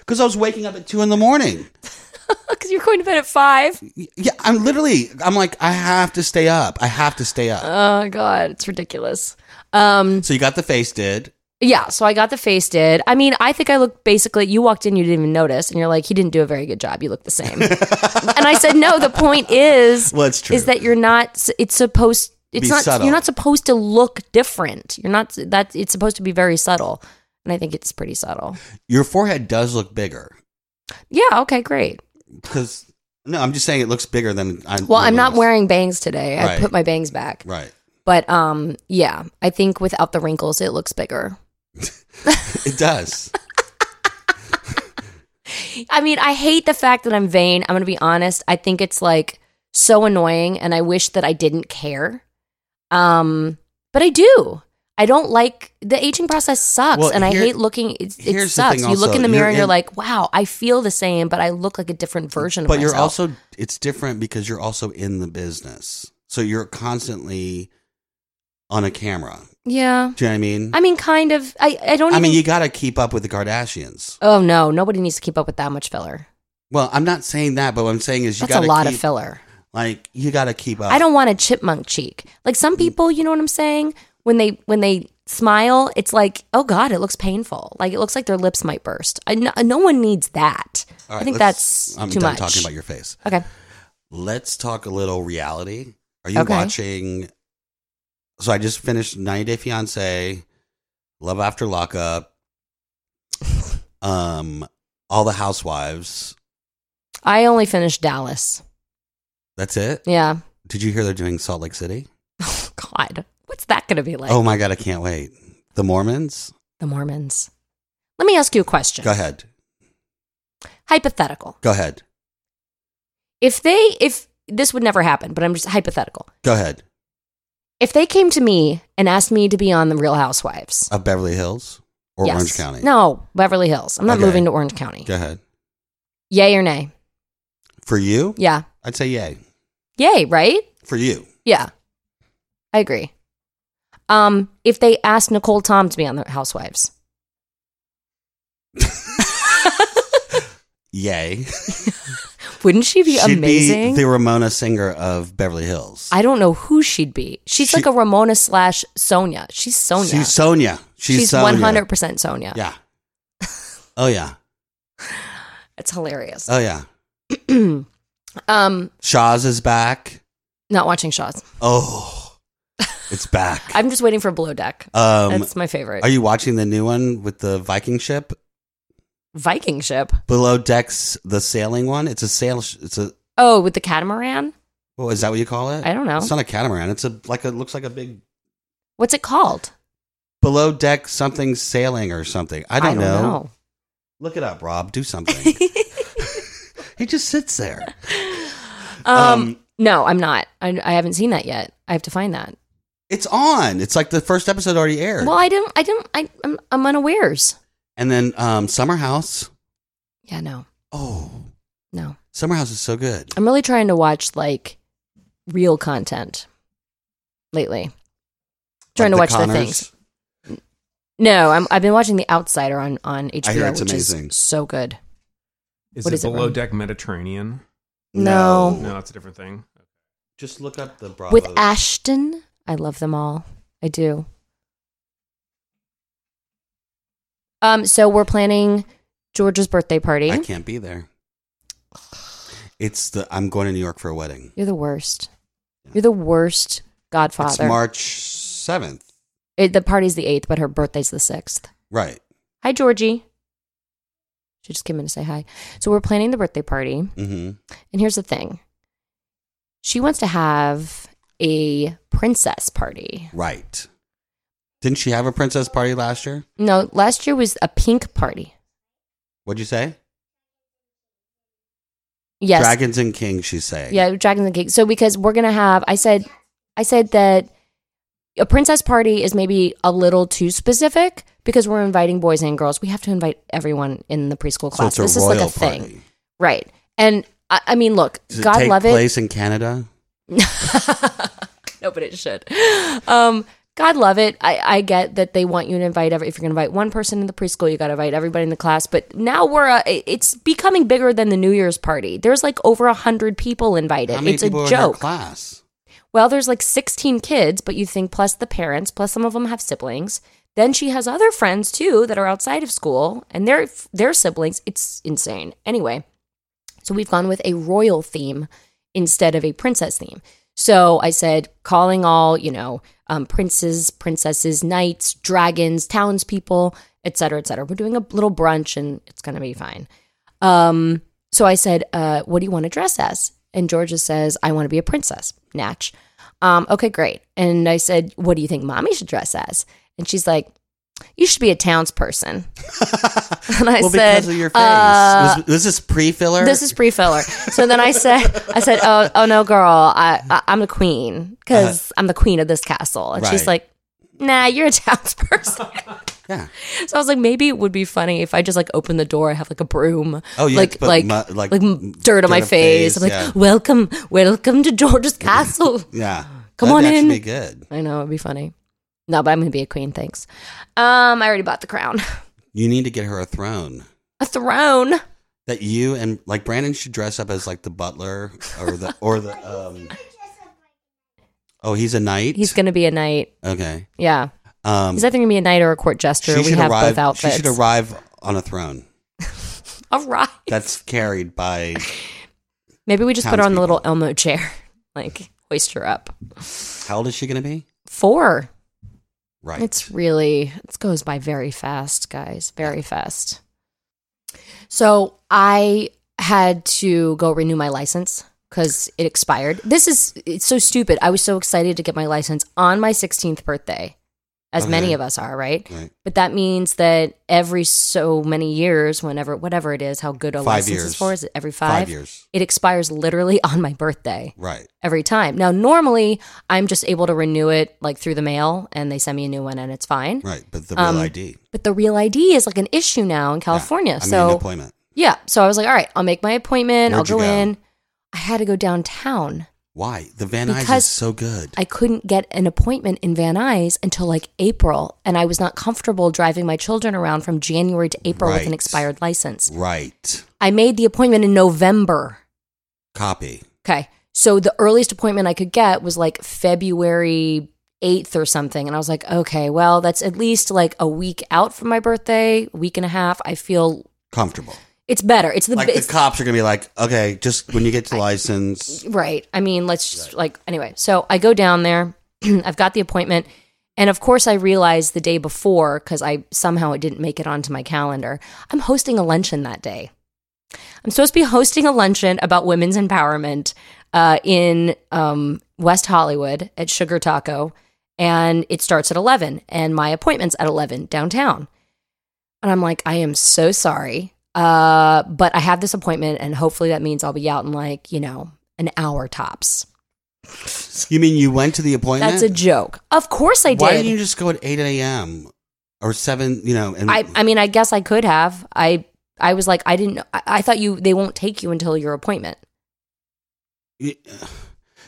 Speaker 5: because I was waking up at two in the morning
Speaker 1: Because you're going to bed at five.
Speaker 5: yeah I'm literally I'm like I have to stay up I have to stay up
Speaker 1: Oh god, it's ridiculous. Um,
Speaker 5: so you got the face did
Speaker 1: yeah. So I got the face did. I mean, I think I look basically. You walked in, you didn't even notice, and you're like, he didn't do a very good job. You look the same. and I said, no. The point is,
Speaker 5: Well, it's true.
Speaker 1: is that you're not. It's supposed. It's
Speaker 5: Be
Speaker 1: not.
Speaker 5: subtle.
Speaker 1: You're not supposed to look different. You're not. That it's supposed to be very subtle, and I think it's pretty subtle.
Speaker 5: your forehead does look bigger
Speaker 1: Yeah. Okay. Great.
Speaker 5: because no I'm just saying it looks bigger than I
Speaker 1: Well, I'm not wearing bangs today. I
Speaker 5: Right.
Speaker 1: put my bangs back.
Speaker 5: right
Speaker 1: But um, yeah, I think without the wrinkles, it looks bigger.
Speaker 5: it does
Speaker 1: I mean, I hate the fact that I'm vain. I'm going to be honest. I think it's like so annoying and I wish that I didn't care. Um, but I do. I don't like the aging process sucks
Speaker 5: Well,
Speaker 1: and I
Speaker 5: here-
Speaker 1: hate looking it, it
Speaker 5: here's the thing
Speaker 1: sucks. You look
Speaker 5: also,
Speaker 1: in the mirror
Speaker 5: you're
Speaker 1: and you're
Speaker 5: in-
Speaker 1: like, "Wow, I feel the same, but I look like a different version of
Speaker 5: but
Speaker 1: myself."
Speaker 5: you're also it's different because you're also in the business so you're constantly on a camera
Speaker 1: Yeah.
Speaker 5: do you know what i mean
Speaker 1: I mean, kind of I I don't
Speaker 5: i
Speaker 1: even
Speaker 5: mean you gotta keep up with the kardashians
Speaker 1: Oh no, nobody needs to keep up with that much filler.
Speaker 5: well i'm not saying that but what i'm saying is you
Speaker 1: That's a
Speaker 5: gotta
Speaker 1: lot
Speaker 5: keep,
Speaker 1: of filler.
Speaker 5: like you gotta keep up
Speaker 1: I don't want a chipmunk cheek. Like some people, you know what I'm saying? When they when they smile, it's like, oh god, it looks painful. Like it looks like their lips might burst. I, no, no one needs that.
Speaker 5: All
Speaker 1: I
Speaker 5: right,
Speaker 1: think
Speaker 5: let's-
Speaker 1: that's
Speaker 5: i'm
Speaker 1: too
Speaker 5: done
Speaker 1: much.
Speaker 5: talking about your face
Speaker 1: okay,
Speaker 5: let's talk a little reality are you
Speaker 1: Okay.
Speaker 5: watching so i just finished 90 day fiance Love After Lockup, um, All the Housewives.
Speaker 1: I only finished Dallas.
Speaker 5: That's it.
Speaker 1: Yeah.
Speaker 5: Did you hear they're doing Salt Lake City?
Speaker 1: Oh, God. What's that going to be like?
Speaker 5: oh my god, I can't wait. The Mormons.
Speaker 1: The Mormons. Let me ask you a question.
Speaker 5: Go ahead.
Speaker 1: Hypothetical.
Speaker 5: Go ahead.
Speaker 1: If they, if this would never happen, but I'm just hypothetical.
Speaker 5: Go ahead.
Speaker 1: If they came to me and asked me to be on The Real Housewives
Speaker 5: Of Beverly Hills or
Speaker 1: Yes.
Speaker 5: Orange County.
Speaker 1: No, Beverly Hills. I'm not
Speaker 5: Okay.
Speaker 1: moving to Orange County.
Speaker 5: Go ahead.
Speaker 1: Yay or nay?
Speaker 5: For you,
Speaker 1: Yeah.
Speaker 5: I'd say yay.
Speaker 1: Yay, right?
Speaker 5: For you,
Speaker 1: Yeah. I agree. Um, if they asked Nicole Tom to be on the Housewives.
Speaker 5: yay.
Speaker 1: Wouldn't she be
Speaker 5: She'd
Speaker 1: amazing?
Speaker 5: the Ramona singer of Beverly Hills.
Speaker 1: I don't know who she'd be. She's
Speaker 5: She-
Speaker 1: like a Ramona slash Sonia. She's Sonia.
Speaker 5: She's Sonia. She's,
Speaker 1: She's
Speaker 5: Sonia.
Speaker 1: 100% Sonia.
Speaker 5: Yeah. Oh yeah.
Speaker 1: It's hilarious.
Speaker 5: Oh yeah.
Speaker 1: um,
Speaker 5: Shaw's is back.
Speaker 1: not watching Shaw's.
Speaker 5: Oh, it's back.
Speaker 1: I'm just waiting for Below Deck.
Speaker 5: um,
Speaker 1: That's my favorite.
Speaker 5: are you watching the new one with the Viking ship
Speaker 1: Viking ship.
Speaker 5: below decks? The sailing one. It's a sail. sh- It's a.
Speaker 1: Oh, with the catamaran?
Speaker 5: Well, is that what you call it?
Speaker 1: I don't know.
Speaker 5: It's not a catamaran. It's a like a looks like a big
Speaker 1: What's it called?
Speaker 5: below deck something sailing or something. I don't, know.
Speaker 1: know.
Speaker 5: Look it up, Rob. Do something. he just sits there.
Speaker 1: Um,
Speaker 5: Um,
Speaker 1: no, I'm not. I, I haven't seen that yet. I have to find that.
Speaker 5: It's on. It's like the first episode already aired.
Speaker 1: Well, I didn't. I didn't. I, I'm, I'm unawares.
Speaker 5: And then um, Summer House.
Speaker 1: Yeah, no,
Speaker 5: Oh,
Speaker 1: no.
Speaker 5: Summer House is so good.
Speaker 1: I'm really trying to watch like real content lately. Trying
Speaker 5: Like
Speaker 1: to watch the things. No, I'm, I've been watching The Outsider on on HBO,
Speaker 5: hear it's
Speaker 1: which
Speaker 5: amazing.
Speaker 1: is so good.
Speaker 6: Is
Speaker 1: What
Speaker 6: it
Speaker 1: is it,
Speaker 6: below
Speaker 1: Ron?
Speaker 6: deck Mediterranean?
Speaker 1: No.
Speaker 6: No, that's a different thing.
Speaker 5: Just look up the Bravo.
Speaker 1: With Ashton, I love them all. I do. Um, so we're planning George's birthday party.
Speaker 5: I can't be there. It's the I'm going to New York for a wedding.
Speaker 1: You're the worst. You're the worst
Speaker 5: It's
Speaker 1: godfather.
Speaker 5: March seventh.
Speaker 1: It- the party's the eighth, but her birthday's the sixth.
Speaker 5: Right.
Speaker 1: Hi, Georgie. She just came in to say hi. So we're planning the birthday party,
Speaker 5: Mm-hmm.
Speaker 1: and here's the thing. She wants to have a princess party.
Speaker 5: Right. Didn't she have a princess party last year?
Speaker 1: No, last year was a pink party.
Speaker 5: What'd you say?
Speaker 1: Yes.
Speaker 5: Dragons and Kings, she's saying.
Speaker 1: Yeah, dragons and cake. So because we're gonna have, I said, I said that a princess party is maybe a little too specific because we're inviting boys and girls. We have to invite everyone in the preschool
Speaker 5: So
Speaker 1: class.
Speaker 5: it's a
Speaker 1: this
Speaker 5: royal
Speaker 1: is like a
Speaker 5: party.
Speaker 1: thing, right? And I, I mean, look,
Speaker 5: Does
Speaker 1: God
Speaker 5: it take
Speaker 1: love
Speaker 5: place in Canada?
Speaker 1: it. No, but it should. Um, God love it. I, I get that they want you to invite every. If you're gonna invite one person in the preschool, you gotta invite everybody in the class. But now we're a, it's becoming bigger than the New Year's party. There's like over a hundred people invited.
Speaker 5: How many
Speaker 1: it's
Speaker 5: people
Speaker 1: a
Speaker 5: are in her
Speaker 1: joke.
Speaker 5: class?
Speaker 1: Well, there's like 16 kids, but you think plus the parents, plus some of them have siblings. Then she has other friends too that are outside of school and their their siblings. It's insane. Anyway, so we've gone with a royal theme instead of a princess theme. So I said, calling all, you know, um, princes, princesses, knights, dragons, townspeople, et cetera, et cetera. We're doing a little brunch and it's going to be fine. Um, so I said, uh, what do you want to dress as? And Georgia says, I want to be a princess, Natch. Um, okay, great. And I said, what do you think mommy should dress as? And she's like, you should be a townsperson. and I
Speaker 5: well,
Speaker 1: said,
Speaker 5: because of your face.
Speaker 1: "Uh,
Speaker 5: was, was this pre-filler?
Speaker 1: this is pre filler. So then I said, I said, oh, oh no, girl, I, I I'm the queen because I'm the queen of this castle. And she's
Speaker 5: Uh-huh. Right.
Speaker 1: like, Nah, you're a townsperson.
Speaker 5: yeah.
Speaker 1: so I was like, maybe it would be funny if I just like open the door, I have like a broom,
Speaker 5: Oh, yeah,
Speaker 1: like
Speaker 5: but
Speaker 1: like,
Speaker 5: mu-
Speaker 1: like
Speaker 5: like,
Speaker 1: m- dirt on my
Speaker 5: dirt
Speaker 1: face.
Speaker 5: face,
Speaker 1: I'm like,
Speaker 5: yeah.
Speaker 1: welcome, welcome to George's castle.
Speaker 5: Yeah.
Speaker 1: Come
Speaker 5: That'd
Speaker 1: on
Speaker 5: actually
Speaker 1: in.
Speaker 5: Be good.
Speaker 1: I know it'd be funny. No, but I'm gonna be a queen. Thanks. Um, I already bought the crown,
Speaker 5: You need to get her a throne
Speaker 1: a throne.
Speaker 5: that you and like Brandon should dress up as like the butler or the or the um. Oh, he's a knight.
Speaker 1: He's gonna be a knight.
Speaker 5: okay.
Speaker 1: Yeah,
Speaker 5: Um,
Speaker 1: he's either gonna be a knight or a court jester.
Speaker 5: she
Speaker 1: we
Speaker 5: should
Speaker 1: have
Speaker 5: arrive.
Speaker 1: both outfits.
Speaker 5: She should arrive on a throne
Speaker 1: All right.
Speaker 5: that's carried by.
Speaker 1: Maybe we just put her on the little
Speaker 5: townspeople.
Speaker 1: Elmo chair, like hoist her up.
Speaker 5: How old is she going to be?
Speaker 1: Four.
Speaker 5: Right.
Speaker 1: It's really it goes by very fast, guys, very fast. So I had to go renew my license because it expired. This is it's so stupid. I was so excited to get my license on my 16th birthday, as
Speaker 5: Okay.
Speaker 1: many of us are, right?
Speaker 5: Right.
Speaker 1: But that means that every so many years, whenever whatever it is, how good a
Speaker 5: Five
Speaker 1: license
Speaker 5: years.
Speaker 1: is for is it every
Speaker 5: five,
Speaker 1: five?
Speaker 5: years.
Speaker 1: It expires literally on my birthday
Speaker 5: Right.
Speaker 1: every time. Now, normally I'm just able to renew it like through the mail and they send me a new one and it's fine.
Speaker 5: Right. But the real
Speaker 1: Um,
Speaker 5: ID.
Speaker 1: But the real ID is like an issue now in California.
Speaker 5: Yeah. I made an
Speaker 1: so,
Speaker 5: appointment.
Speaker 1: yeah. So I was like, all right, I'll make my appointment.
Speaker 5: Where'd you
Speaker 1: I'll go,
Speaker 5: go?
Speaker 1: in. I had to go downtown.
Speaker 5: Why? The Van Nuys
Speaker 1: Because
Speaker 5: is so good.
Speaker 1: I couldn't get an appointment in Van Nuys until like April. And I was not comfortable driving my children around from January to April with
Speaker 5: Right.
Speaker 1: an expired license.
Speaker 5: right.
Speaker 1: I made the appointment in November.
Speaker 5: Copy.
Speaker 1: Okay. So the earliest appointment I could get was like February 8th or something. And I was like, okay, well, that's at least like a week out from my birthday, a week and a half. I feel
Speaker 5: Comfortable.
Speaker 1: it's better. It's the,
Speaker 5: like
Speaker 1: it's-
Speaker 5: the cops are gonna be like, okay, just when you get to license,
Speaker 1: right. I mean, let's just like, anyway. So I go down there. I've got the appointment. And of course, I realized the day before, because I somehow it didn't make it onto my calendar, I'm hosting a luncheon that day. I'm supposed to be hosting a luncheon about women's empowerment uh, in um, West Hollywood at Sugar Taco, and it starts at 11, and my appointment's at 11 downtown. And I'm like, I am so sorry, uh, but I have this appointment, and hopefully that means I'll be out in like you know an hour tops.
Speaker 5: you mean you went to the appointment?
Speaker 1: That's a joke. Of course I did.
Speaker 5: Oh, Why didn't you just go at eight a.m. or seven? You know, and
Speaker 1: I, I mean, I guess I could have. I I was like, I didn't. I, I thought you. They won't take you until your appointment.
Speaker 5: you,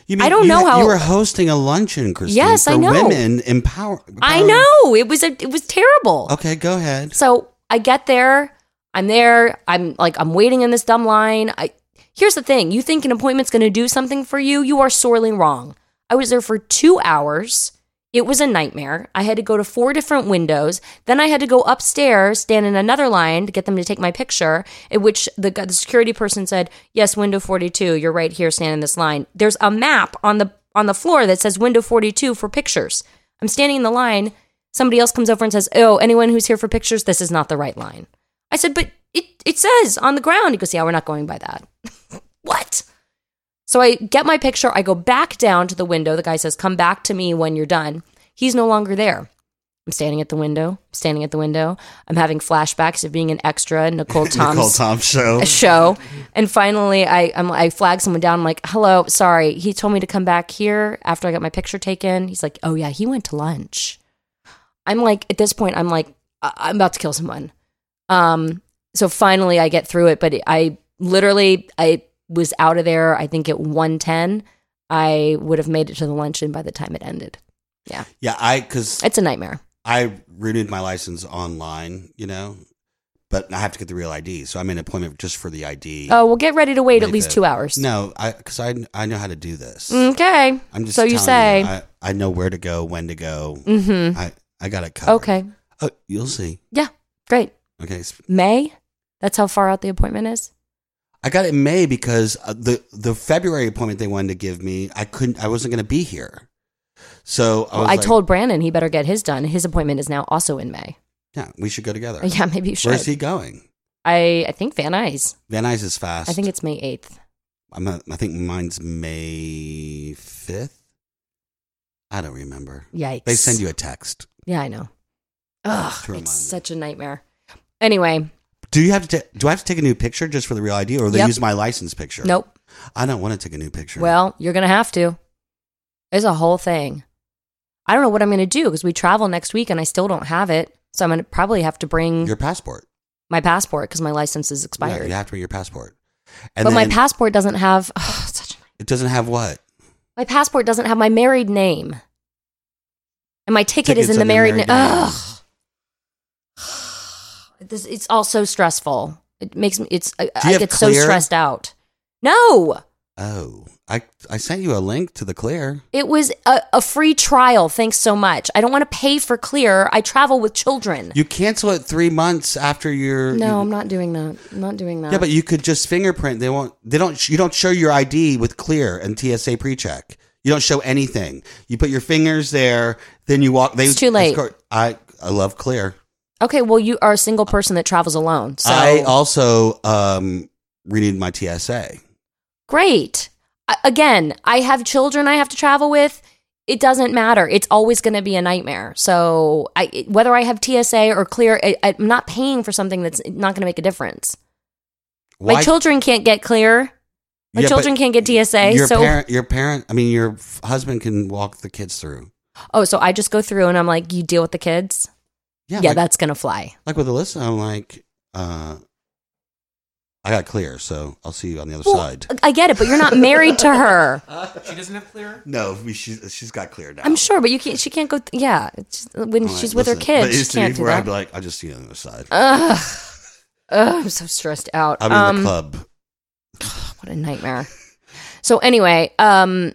Speaker 5: you mean
Speaker 1: I don't
Speaker 5: you,
Speaker 1: know how-
Speaker 5: you were hosting a luncheon, Christine.
Speaker 1: Yes,
Speaker 5: for
Speaker 1: I know.
Speaker 5: Women empower.
Speaker 1: I know it was a, it was terrible.
Speaker 5: Okay, go ahead.
Speaker 1: So I get there. I'm there. I'm like I'm waiting in this dumb line. I here's the thing. You think an appointment's going to do something for you? You are sorely wrong. I was there for two hours. It was a nightmare. I had to go to four different windows. Then I had to go upstairs, stand in another line to get them to take my picture. At which the gu- the security person said, "Yes, window 42. You're right here. Stand in this line." There's a map on the on the floor that says window 42 for pictures. I'm standing in the line. Somebody else comes over and says, "Oh, anyone who's here for pictures, this is not the right line." I said, "But it it says on the ground." He goes, "Yeah, we're not going by that." what? So I get my picture. I go back down to the window. The guy says, "Come back to me when you're done." He's no longer there. I'm standing at the window. Standing at the window. I'm having flashbacks of being an extra in Nicole Tom's
Speaker 5: Nicole Tom show.
Speaker 1: a show. And finally, I I'm, I flag someone down. I'm like, "Hello, sorry." He told me to come back here after I got my picture taken. He's like, "Oh yeah, he went to lunch." I'm like, at this point, I'm like, I- I'm about to kill someone. Um, so finally, I get through it, but I literally I was out of there. I think at 110, I would have made it to the luncheon by the time it ended.
Speaker 5: Yeah, I because
Speaker 1: It's a nightmare.
Speaker 5: I renewed my license online. You know, but I have to get the real ID, so I'm in an appointment just for the ID.
Speaker 1: Oh, well, get ready to wait at
Speaker 5: Wait
Speaker 1: least
Speaker 5: a-
Speaker 1: two hours.
Speaker 5: No, I because I I know how to do this.
Speaker 1: Okay.
Speaker 5: I'm just
Speaker 1: so you
Speaker 5: telling
Speaker 1: say.
Speaker 5: I, I know where to go, when to go.
Speaker 1: mm-hmm.
Speaker 5: I I got it covered.
Speaker 1: Okay.
Speaker 5: Oh, you'll see.
Speaker 1: Yeah. Great.
Speaker 5: Okay, s-
Speaker 1: May. That's how far out the appointment is.
Speaker 5: I got it in May because uh, the the February appointment they wanted to give me, I couldn't. I wasn't going to be here. So I,
Speaker 1: Well, I,
Speaker 5: was like,
Speaker 1: told Brandon he better get his done. His appointment is now also in May.
Speaker 5: yeah, we should go together.
Speaker 1: Yeah, maybe you should.
Speaker 5: Where's Uh, he going?
Speaker 1: I I think Van Nuys.
Speaker 5: Van Nuys is fast.
Speaker 1: I think it's May eighth.
Speaker 5: I'm a, I think mine's May fifth. I don't remember.
Speaker 1: Yikes!
Speaker 5: They send you a text.
Speaker 1: Yeah, I know. Ugh,
Speaker 5: To remind
Speaker 1: it's
Speaker 5: me.
Speaker 1: such a nightmare. Anyway,
Speaker 5: Do you have to? ta- do I have to take a new picture just for the real ID, or they
Speaker 1: Yep.
Speaker 5: use my license picture?
Speaker 1: nope.
Speaker 5: I don't want to take a new picture.
Speaker 1: Well, you're gonna have to. There's a whole thing. I don't know what I'm gonna do because we travel next week and I still don't have it. So I'm gonna probably have to bring
Speaker 5: your passport
Speaker 1: my passport because my license is
Speaker 5: Yeah,
Speaker 1: expired.
Speaker 5: you have to bring your passport.
Speaker 1: but
Speaker 5: And
Speaker 1: my
Speaker 5: then
Speaker 1: passport doesn't have. ugh, such a
Speaker 5: it doesn't have what?
Speaker 1: My passport doesn't have my married name. And my ticket is
Speaker 5: Tickets
Speaker 1: in the
Speaker 5: on the
Speaker 1: married,
Speaker 5: married
Speaker 1: na-
Speaker 5: name.
Speaker 1: Ugh. This, it's all so stressful. It makes me, it's, I, I
Speaker 5: have
Speaker 1: get so
Speaker 5: clear?
Speaker 1: stressed out. No,
Speaker 5: Oh, I I sent you a link to the clear.
Speaker 1: it was a, a free trial. Thanks so much. I don't want to pay for clear. I travel with children.
Speaker 5: You cancel it three months after your.
Speaker 1: no,
Speaker 5: you-
Speaker 1: I'm not doing that. I'm not doing that.
Speaker 5: Yeah, but you could just fingerprint. They won't. They don't. You don't show your ID with clear and TSA pre-check. You don't show anything. You put your fingers there. Then you walk. They,
Speaker 1: It's too late.
Speaker 5: I I love Clear.
Speaker 1: Okay, well, you are a single person that travels alone. So
Speaker 5: I also um renewed my TSA.
Speaker 1: great. I, again, I have children I have to travel with. It doesn't matter. It's always going to be a nightmare. So I, it- whether I have TSA or clear, I, I'm not paying for something that's not going to make a difference. My
Speaker 5: Why-
Speaker 1: children can't get clear. My
Speaker 5: Yeah, but
Speaker 1: children can't get TSA.
Speaker 5: Your
Speaker 1: So
Speaker 5: parent, your parent. I mean, your f- husband can walk the kids through.
Speaker 1: oh, so I just go through and I'm like, you deal with the kids.
Speaker 5: Yeah,
Speaker 1: yeah
Speaker 5: like,
Speaker 1: that's going to fly.
Speaker 5: like with Alyssa. I'm like, uh, I got clear, so I'll see you on the other
Speaker 1: Well, uh,
Speaker 5: side.
Speaker 1: I get it, but you're not married to her.
Speaker 6: She doesn't have clear.
Speaker 5: No, we- she's she's got clear now.
Speaker 1: I'm sure, but you can't. She can't go. Th- yeah, it's just, when
Speaker 5: I'm like,
Speaker 1: she's with her
Speaker 5: listen, but it
Speaker 1: kids, she
Speaker 5: used to be
Speaker 1: can't do
Speaker 5: where I'd
Speaker 1: that. Uh,
Speaker 5: be like, I'll just see you on the other side.
Speaker 1: Ugh. Ugh, I'm so stressed out.
Speaker 5: I'm in
Speaker 1: um,
Speaker 5: the club.
Speaker 1: What a nightmare. so anyway, um,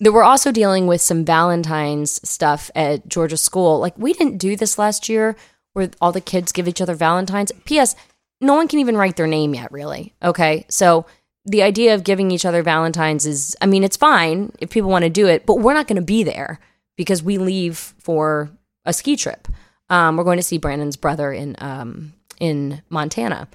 Speaker 1: they were also dealing with some Valentine's stuff at Georgia school. Like we didn't do this last year, where all the kids give each other Valentines. P.S. No one can even write their name yet, really. Okay, so the idea of giving each other Valentines is, I mean, it's fine if people want to do it, but we're not going to be there because we leave for a ski trip. Um, we're going to see Brandon's brother in um, in Montana.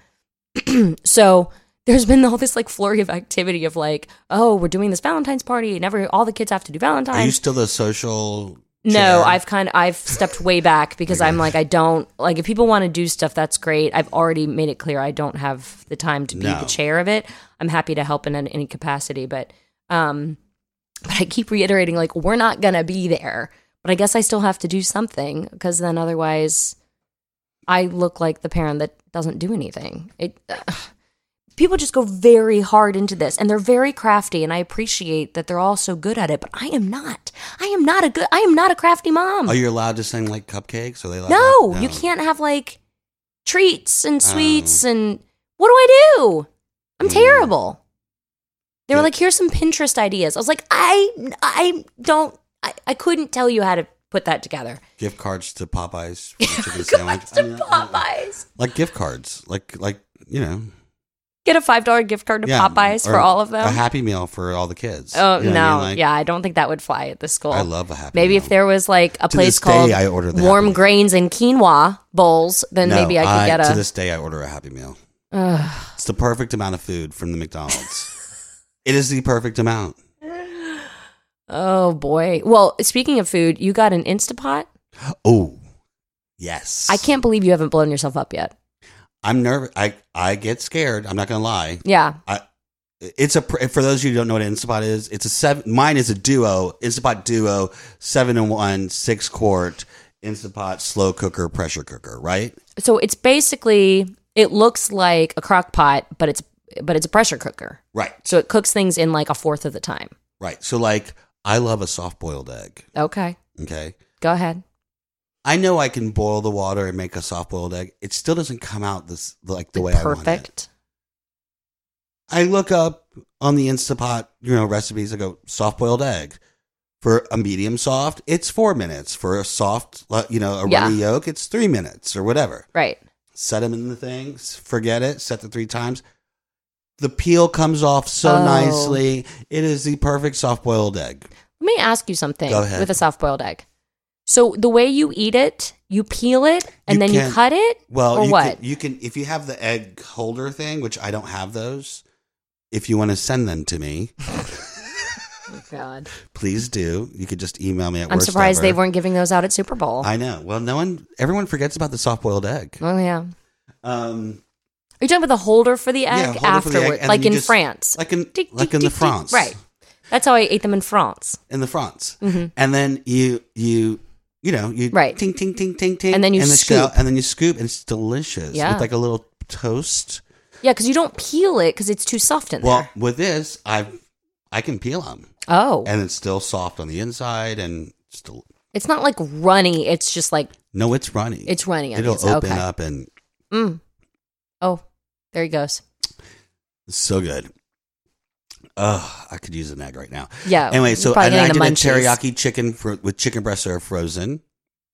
Speaker 1: So there's been all this like flurry of activity of like, oh, we're doing this Valentine's party, and every all the kids have to do
Speaker 5: Are you
Speaker 1: Valentine's.
Speaker 5: still the social?
Speaker 1: no,
Speaker 5: chair?
Speaker 1: I've kind of I've stepped way back because I'm like I don't like if people want to do stuff, that's great. I've already made it clear I don't have the time to be
Speaker 5: No.
Speaker 1: the chair of it. I'm happy to help in an- any capacity, but um, but I keep reiterating like we're not gonna be there. But I guess I still have to do something because then otherwise, I look like the parent that doesn't do anything. It people just go very hard into this and they're very crafty and i appreciate that they're all so good at it but i am not i am not a good i am not a crafty mom
Speaker 5: Are Oh, you allowed to sing like cupcakes? Are they allowed
Speaker 1: no,
Speaker 5: that? Oh.
Speaker 1: you can't have like treats and sweets and what do i do i'm terrible they were
Speaker 5: Mm. Yeah.
Speaker 1: like here's some pinterest ideas i was like i i don't i, I couldn't tell you how to put that together
Speaker 5: Gift cards to Popeyes. For the chicken sandwich. I mean, I- I-
Speaker 1: popeyes
Speaker 5: like gift cards, like like you know,
Speaker 1: get a five dollar gift card to
Speaker 5: yeah,
Speaker 1: popeyes
Speaker 5: or
Speaker 1: for all of them
Speaker 5: A Happy Meal for all the kids.
Speaker 1: oh
Speaker 5: You know what
Speaker 1: no
Speaker 5: I mean? Like,
Speaker 1: yeah i don't think that would fly at this school
Speaker 5: I love a Happy.
Speaker 1: Maybe
Speaker 5: Meal.
Speaker 1: if there was like a
Speaker 5: To
Speaker 1: place
Speaker 5: this day,
Speaker 1: called
Speaker 5: I order the
Speaker 1: Warm
Speaker 5: Happy Meal.
Speaker 1: Grains and Quinoa bowls, then
Speaker 5: No,
Speaker 1: maybe I could get
Speaker 5: To
Speaker 1: a.
Speaker 5: this day, I order a Happy Meal.
Speaker 1: Ugh.
Speaker 5: It's the perfect amount of food from the McDonald's. it is the perfect amount.
Speaker 1: oh boy! Well, speaking of food, you got an Instapot.
Speaker 5: Oh, yes.
Speaker 1: I can't believe you haven't blown yourself up yet.
Speaker 5: I'm nervous. I I get scared. I'm not gonna lie.
Speaker 1: Yeah,
Speaker 5: It's a pr- for those of you who don't know what Instapot is. It's a seven. Mine is a duo. Instapot duo, seven and one, six quart. Instapot slow cooker, pressure cooker. Right.
Speaker 1: so it's basically it looks like a crock pot, but it's but it's a pressure cooker,
Speaker 5: Right.
Speaker 1: so it cooks things in like a fourth of the time.
Speaker 5: Right. So like I love a soft boiled egg.
Speaker 1: Okay,
Speaker 5: Okay.
Speaker 1: go ahead.
Speaker 5: I know I can boil the water and make a soft boiled egg. It still doesn't come out this like the way I want it.
Speaker 1: Perfect.
Speaker 5: I look up on the Instapot, you know, recipes. I go soft boiled egg for a medium soft. It's four minutes for a soft, like, you know, a
Speaker 1: Yeah.
Speaker 5: runny yolk. It's three minutes or whatever.
Speaker 1: Right.
Speaker 5: Set them in the things. Forget it. Set the three times. The peel comes off so
Speaker 1: Oh.
Speaker 5: nicely. It is the perfect soft boiled egg.
Speaker 1: Let me ask you something
Speaker 5: Go ahead.
Speaker 1: with a soft boiled egg. So the way you eat it, you peel it and
Speaker 5: You
Speaker 1: then
Speaker 5: can't-
Speaker 1: you cut it,
Speaker 5: Well,
Speaker 1: or
Speaker 5: you
Speaker 1: what?
Speaker 5: Can, you can if you have the egg holder thing, which I don't have those. If you want to send them to me, Oh,
Speaker 1: God,
Speaker 5: please do. You could just email me at.
Speaker 1: I'm
Speaker 5: worst
Speaker 1: surprised they
Speaker 5: ever.
Speaker 1: weren't giving those out at Super Bowl.
Speaker 5: I know. Well, no one, everyone forgets about the soft boiled egg.
Speaker 1: oh yeah, are
Speaker 5: Um,
Speaker 1: you talking about the holder for the
Speaker 5: yeah,
Speaker 1: egg
Speaker 5: hold it for
Speaker 1: afterward,
Speaker 5: the egg, and
Speaker 1: like
Speaker 5: then
Speaker 1: in
Speaker 5: you just-
Speaker 1: France?
Speaker 5: like in
Speaker 1: Tick,
Speaker 5: like
Speaker 1: tick,
Speaker 5: in the
Speaker 1: tick, tick.
Speaker 5: France,
Speaker 1: right? That's how I ate them in France,
Speaker 5: In the France, and then you you you know you
Speaker 1: Right.
Speaker 5: ting ting ting ting ting,
Speaker 1: And then you
Speaker 5: the
Speaker 1: scoop.
Speaker 5: shell- and then you scoop, and it's delicious
Speaker 1: Yeah.
Speaker 5: with like a little toast.
Speaker 1: yeah, because you don't peel it because it's too soft in
Speaker 5: Well,
Speaker 1: there.
Speaker 5: with this, I I can peel them,
Speaker 1: Oh,
Speaker 5: and it's still soft on the inside, and still
Speaker 1: it's not like runny; it's just like
Speaker 5: no, it's runny.
Speaker 1: it's runny. on the
Speaker 5: It'll
Speaker 1: inside.
Speaker 5: open
Speaker 1: okay.
Speaker 5: up, and
Speaker 1: Mm. Oh, there he goes.
Speaker 5: it's so good. Ugh, I could use an egg right now.
Speaker 1: Yeah.
Speaker 5: Anyway, so
Speaker 1: Oh, probably
Speaker 5: and I did
Speaker 1: getting
Speaker 5: a
Speaker 1: the munchies.
Speaker 5: teriyaki chicken fro with chicken breasts that are frozen.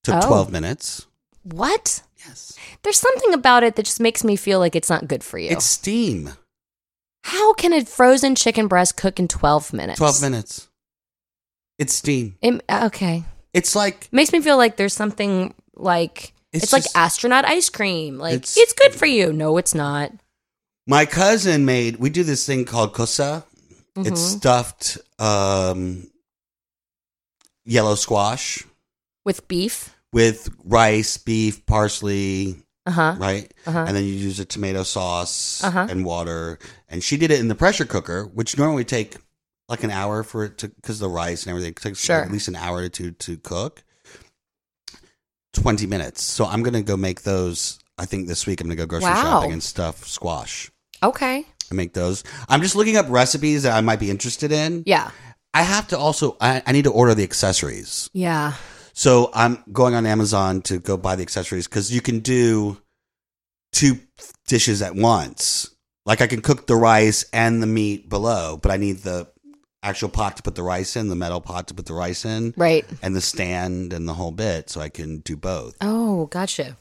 Speaker 5: Took
Speaker 1: Oh.
Speaker 5: twelve minutes.
Speaker 1: What?
Speaker 5: Yes,
Speaker 1: There's something about it that just makes me feel like it's not good for you.
Speaker 5: it's steam.
Speaker 1: How can a frozen chicken breast cook in 12 minutes?
Speaker 5: Twelve minutes. It's steam.
Speaker 1: It- uh, okay.
Speaker 5: It's like
Speaker 1: Makes me feel like there's something like
Speaker 5: It's
Speaker 1: it's, like
Speaker 5: just-
Speaker 1: astronaut ice cream. Like
Speaker 5: It's-
Speaker 1: it's, good for you. No, it's not.
Speaker 5: my cousin made. We do this thing called kosa. It's
Speaker 1: Mhm.
Speaker 5: stuffed um, yellow squash
Speaker 1: with beef.
Speaker 5: with rice, beef, parsley,
Speaker 1: Uh huh.
Speaker 5: right?
Speaker 1: Uh-huh.
Speaker 5: And then you use a tomato sauce
Speaker 1: Uh-huh.
Speaker 5: and water. And she did it in the pressure cooker, which normally would take like an hour for it to because the rice and everything it takes
Speaker 1: Sure.
Speaker 5: at least an hour to two to cook. Twenty minutes. So I'm gonna go make those. I think this week I'm gonna go grocery
Speaker 1: Wow.
Speaker 5: shopping and stuff squash.
Speaker 1: Okay.
Speaker 5: I make those. I'm just looking up recipes that I might be interested in.
Speaker 1: Yeah.
Speaker 5: I have to also. I, I need to order the accessories.
Speaker 1: Yeah.
Speaker 5: So I'm going on Amazon to go buy the accessories because you can do two dishes at once. Like I can cook the rice and the meat below, but I need the actual pot to put the rice in, the metal pot to put the rice in,
Speaker 1: Right.
Speaker 5: and the stand and the whole bit, so I can do both.
Speaker 1: Oh, gotcha.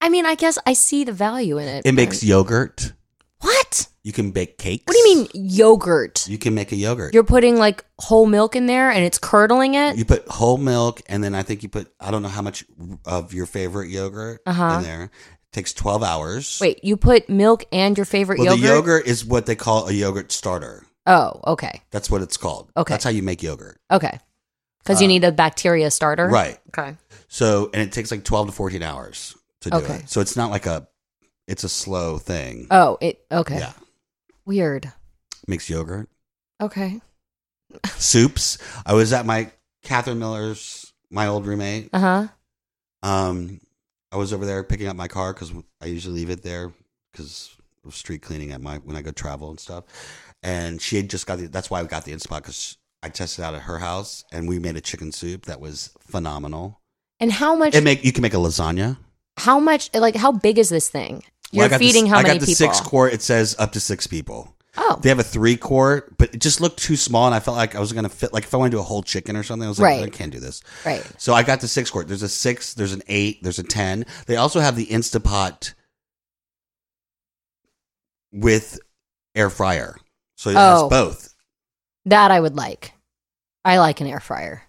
Speaker 1: I mean, I guess I see the value in it.
Speaker 5: It makes
Speaker 1: but-
Speaker 5: yogurt.
Speaker 1: what?
Speaker 5: You can bake cakes.
Speaker 1: What do you mean yogurt?
Speaker 5: You can make a yogurt.
Speaker 1: You're putting like whole milk in there and it's curdling it.
Speaker 5: You put whole milk, and then I think you put I don't know how much of your favorite yogurt
Speaker 1: Uh-huh.
Speaker 5: in there. It takes twelve hours.
Speaker 1: Wait, you put milk and your favorite
Speaker 5: Well,
Speaker 1: yogurt?
Speaker 5: the yogurt is what they call a yogurt starter.
Speaker 1: Oh, okay,
Speaker 5: That's what it's called.
Speaker 1: Okay.
Speaker 5: That's how you make yogurt.
Speaker 1: okay. Because you need a bacteria starter,
Speaker 5: Uh, Right.
Speaker 1: Okay.
Speaker 5: So, and it takes like 12 to 14 hours to do
Speaker 1: Okay.
Speaker 5: it. So it's not like a, it's a slow thing.
Speaker 1: Oh, it okay.
Speaker 5: Yeah.
Speaker 1: Weird.
Speaker 5: Makes yogurt.
Speaker 1: Okay.
Speaker 5: Soups. I was at my Catherine Miller's, my old roommate.
Speaker 1: Uh huh.
Speaker 5: Um, I was over there picking up my car because I usually leave it there because of street cleaning at my, when I go travel and stuff. And she had just got the, that's why we got the Instapot because I tested out at her house and we made a chicken soup that was phenomenal.
Speaker 1: And how much?
Speaker 5: It make, you can make a lasagna.
Speaker 1: how much? Like, how big is this thing?
Speaker 5: Well,
Speaker 1: You're
Speaker 5: I got the-
Speaker 1: feeding how
Speaker 5: I
Speaker 1: many
Speaker 5: got the
Speaker 1: people?
Speaker 5: six quart. It says up to six people.
Speaker 1: oh,
Speaker 5: They have a three quart, but it just looked too small, and I felt like I was going to fit. Like if I want to do a whole chicken or something, I was like,
Speaker 1: Right.
Speaker 5: I can't do this.
Speaker 1: right.
Speaker 5: So I got the six quart. There's a six. There's an eight. There's a ten. They also have the Instapot with air fryer, so it has
Speaker 1: Oh.
Speaker 5: both.
Speaker 1: That I would like. I like an air fryer.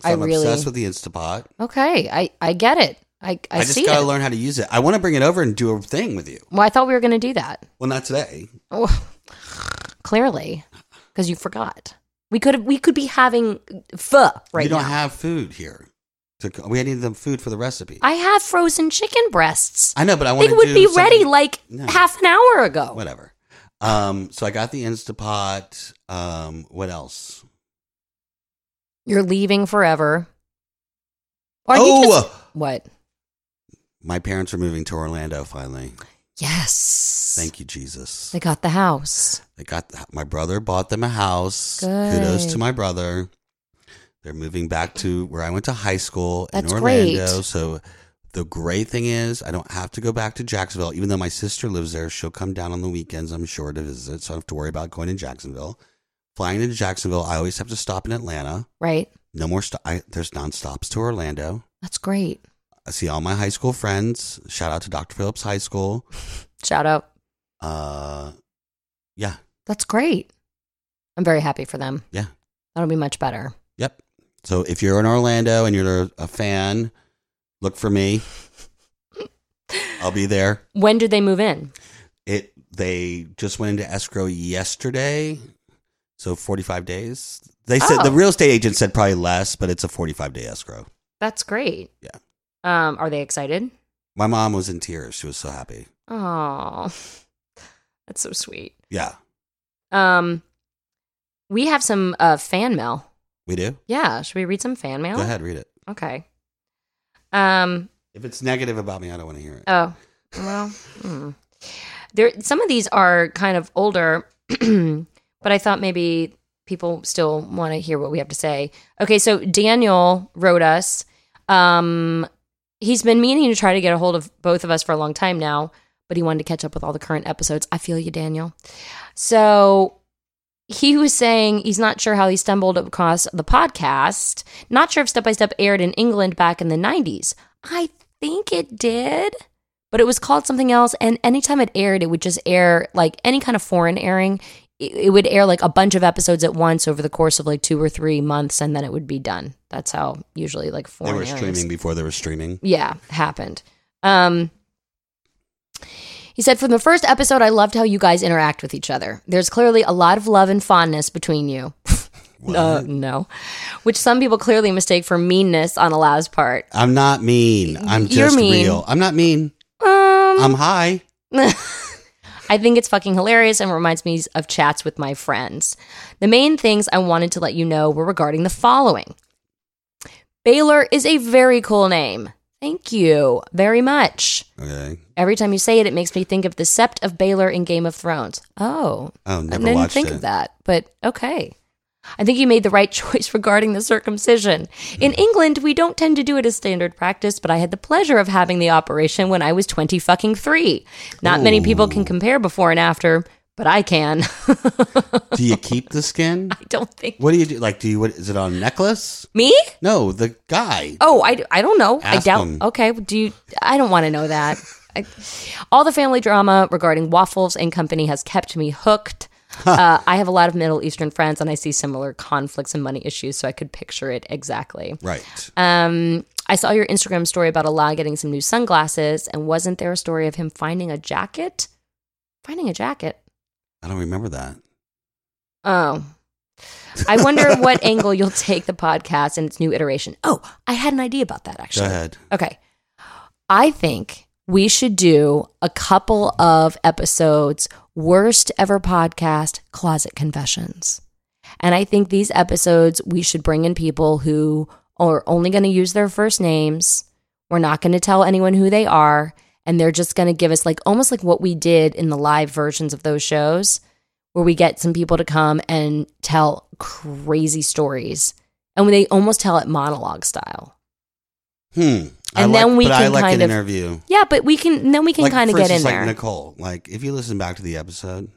Speaker 5: So
Speaker 1: I
Speaker 5: I'm
Speaker 1: really-
Speaker 5: obsessed with the Instapot.
Speaker 1: Okay, I I get it. I I,
Speaker 5: I,
Speaker 1: see
Speaker 5: just
Speaker 1: it.
Speaker 5: got to learn how to use it. I want to bring it over and do a thing with you.
Speaker 1: well, I thought we were going to do that.
Speaker 5: Well, not today.
Speaker 1: Oh, clearly, because you forgot. We could we could be having pho right
Speaker 5: you don't
Speaker 1: now.
Speaker 5: have food here. To, we need the food for the recipe.
Speaker 1: I have frozen chicken breasts.
Speaker 5: I know, but I want
Speaker 1: They
Speaker 5: to
Speaker 1: would
Speaker 5: do
Speaker 1: be
Speaker 5: something-
Speaker 1: ready like
Speaker 5: No.
Speaker 1: half an hour ago.
Speaker 5: whatever. Um, so I got the Instapot. Um, what else?
Speaker 1: You're leaving forever. Or you
Speaker 5: Oh!
Speaker 1: just- what?
Speaker 5: My parents are moving to Orlando finally.
Speaker 1: Yes.
Speaker 5: Thank you, Jesus.
Speaker 1: They got the house.
Speaker 5: They got the, my brother bought them a house.
Speaker 1: Good.
Speaker 5: Kudos to my brother. They're moving back to where I went to high school
Speaker 1: That's
Speaker 5: in Orlando.
Speaker 1: great.
Speaker 5: So the great thing is I don't have to go back to Jacksonville, even though my sister lives there. She'll come down on the weekends, I'm sure, to visit. So I don't have to worry about going to Jacksonville. Flying into Jacksonville, I always have to stop in Atlanta.
Speaker 1: Right.
Speaker 5: No more sto- I, there's nonstops to Orlando.
Speaker 1: That's great.
Speaker 5: I see all my high school friends. Shout out to Dr. Phillips High School.
Speaker 1: Shout out.
Speaker 5: Uh, yeah,
Speaker 1: That's great. I'm very happy for them.
Speaker 5: yeah,
Speaker 1: That'll be much better.
Speaker 5: yep. So if you're in Orlando and you're a fan, look for me. I'll be there.
Speaker 1: When did they move in?
Speaker 5: It. They just went into escrow yesterday, so 45 days. They said the
Speaker 1: Oh.
Speaker 5: real estate agent said probably less, but it's a 45 day escrow.
Speaker 1: That's great.
Speaker 5: Yeah.
Speaker 1: Um, are they excited?
Speaker 5: My mom was in tears. She was so happy.
Speaker 1: Oh, that's so sweet.
Speaker 5: Yeah,
Speaker 1: Um, we have some uh, fan mail.
Speaker 5: we do.
Speaker 1: Yeah, should we read some fan mail?
Speaker 5: Go ahead, read it.
Speaker 1: Okay. Um.
Speaker 5: If it's negative about me, I don't want to hear it.
Speaker 1: Oh. Well. hmm. There. Some of these are kind of older, but I thought maybe people still want to hear what we have to say. Okay. So Daniel wrote us. Um. He's been meaning to try to get a hold of both of us for a long time now, but he wanted to catch up with all the current episodes. I feel you, Daniel. So he was saying he's not sure how he stumbled across the podcast. Not sure if Step by Step aired in England back in the 90s. I think it did, but it was called something else. And anytime it aired, it would just air like any kind of foreign airing. it it would air like a bunch of episodes at once over the course of like two or three months, and then it would be done. That's how usually like
Speaker 5: They
Speaker 1: foreign
Speaker 5: were
Speaker 1: airings-
Speaker 5: streaming before they were streaming.
Speaker 1: yeah happened um he said from the first episode i loved how you guys interact with each other there's clearly a lot of love and fondness between you uh, no which some people clearly mistake for meanness on alow's part
Speaker 5: I'm not mean. I'm
Speaker 1: You're
Speaker 5: just
Speaker 1: mean.
Speaker 5: real. I'm not mean.
Speaker 1: um
Speaker 5: I'm high.
Speaker 1: I think it's fucking hilarious and reminds me of chats with my friends. The main things I wanted to let you know were regarding the following Baylor is a very cool name. Thank you very much.
Speaker 5: Okay.
Speaker 1: Every time you say it, it makes me think of the Sept of Baylor in Game of Thrones. Oh,
Speaker 5: Oh,
Speaker 1: I
Speaker 5: never
Speaker 1: didn't
Speaker 5: watched
Speaker 1: think
Speaker 5: it.
Speaker 1: of that, but okay. I think you made the right choice regarding the circumcision. In England, we don't tend to do it as standard practice, but I had the pleasure of having the operation when I was 20 fucking 3. Not many people can compare before and after, but I can. I
Speaker 5: Do you keep the skin?
Speaker 1: don't think
Speaker 5: What do you do? Like, do you? What is it on a necklace?
Speaker 1: me?
Speaker 5: No, the guy.
Speaker 1: Oh, I, I don't know. I
Speaker 5: Ask
Speaker 1: doubt.
Speaker 5: them.
Speaker 1: Okay, do you? I don't want to know that. I, all the family drama regarding waffles and company has kept me hooked. Uh, I have a lot of Middle Eastern friends, and I see similar conflicts and money issues, so I could picture it exactly.
Speaker 5: Right.
Speaker 1: Um, I saw your Instagram story about Allah getting some new sunglasses, and wasn't there a story of him finding a jacket? Finding a jacket.
Speaker 5: I don't remember that.
Speaker 1: Oh. I wonder what angle you'll take the podcast and its new iteration. Oh, I had an idea about that actually.
Speaker 5: Go ahead.
Speaker 1: Okay. I think we should do a couple of episodes worst ever podcast closet confessions. And I think these episodes we should bring in people who are only going to use their first names. We're not going to tell anyone who they are and they're just going to give us like almost like what we did in the live versions of those shows where we get some people to come and tell crazy stories. And when they almost tell it monologue style.
Speaker 5: Hmm. I
Speaker 1: And
Speaker 5: like,
Speaker 1: then we
Speaker 5: but I
Speaker 1: can
Speaker 5: like
Speaker 1: kind of-
Speaker 5: an interview.
Speaker 1: Yeah, but we can then we can
Speaker 5: Like,
Speaker 1: kind of
Speaker 5: for
Speaker 1: get in
Speaker 5: instance, like
Speaker 1: there.
Speaker 5: Nicole, like if you listen back to the episode,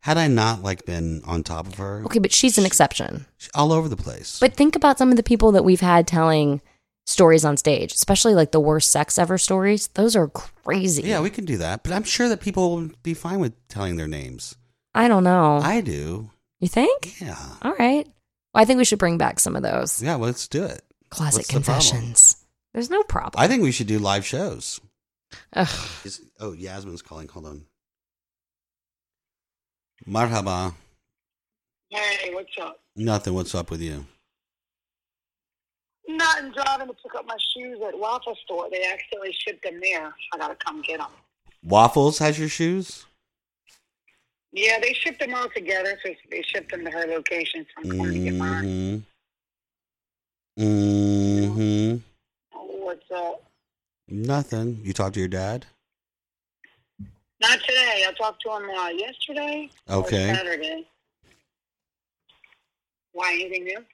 Speaker 5: had I not like been on top of her,
Speaker 1: okay, but she's an exception.
Speaker 5: she's all over the place.
Speaker 1: But think about some of the people that we've had telling stories on stage, especially like the worst sex ever stories. Those are crazy.
Speaker 5: yeah, we can do that. But I'm sure that people will be fine with telling their names.
Speaker 1: I don't know.
Speaker 5: I do.
Speaker 1: you think?
Speaker 5: Yeah.
Speaker 1: All right. Well, I think we should bring back some of those
Speaker 5: Yeah. well, Let's do it.
Speaker 1: closet
Speaker 5: What's the problem?
Speaker 1: confessions. There's no problem.
Speaker 5: I think we should do live shows.
Speaker 1: Ugh.
Speaker 5: Is, oh, Yasmin's calling. Hold on. Marhaba.
Speaker 7: Hey, what's up?
Speaker 5: Nothing. What's up with you?
Speaker 7: Nothing. Driving to pick up my shoes at Waffle Store. They accidentally shipped them there. I gotta come get them.
Speaker 5: Waffles has your shoes.
Speaker 7: Yeah, they shipped them all together, so they shipped them to her location. So I'm going to get mine.
Speaker 5: Mm-hmm. Mm-hmm.
Speaker 7: Oh, What's up?
Speaker 5: Nothing. You talk to your dad.
Speaker 7: Not today. I talked to him uh, yesterday.
Speaker 5: Okay.
Speaker 7: Or Saturday. Why anything new?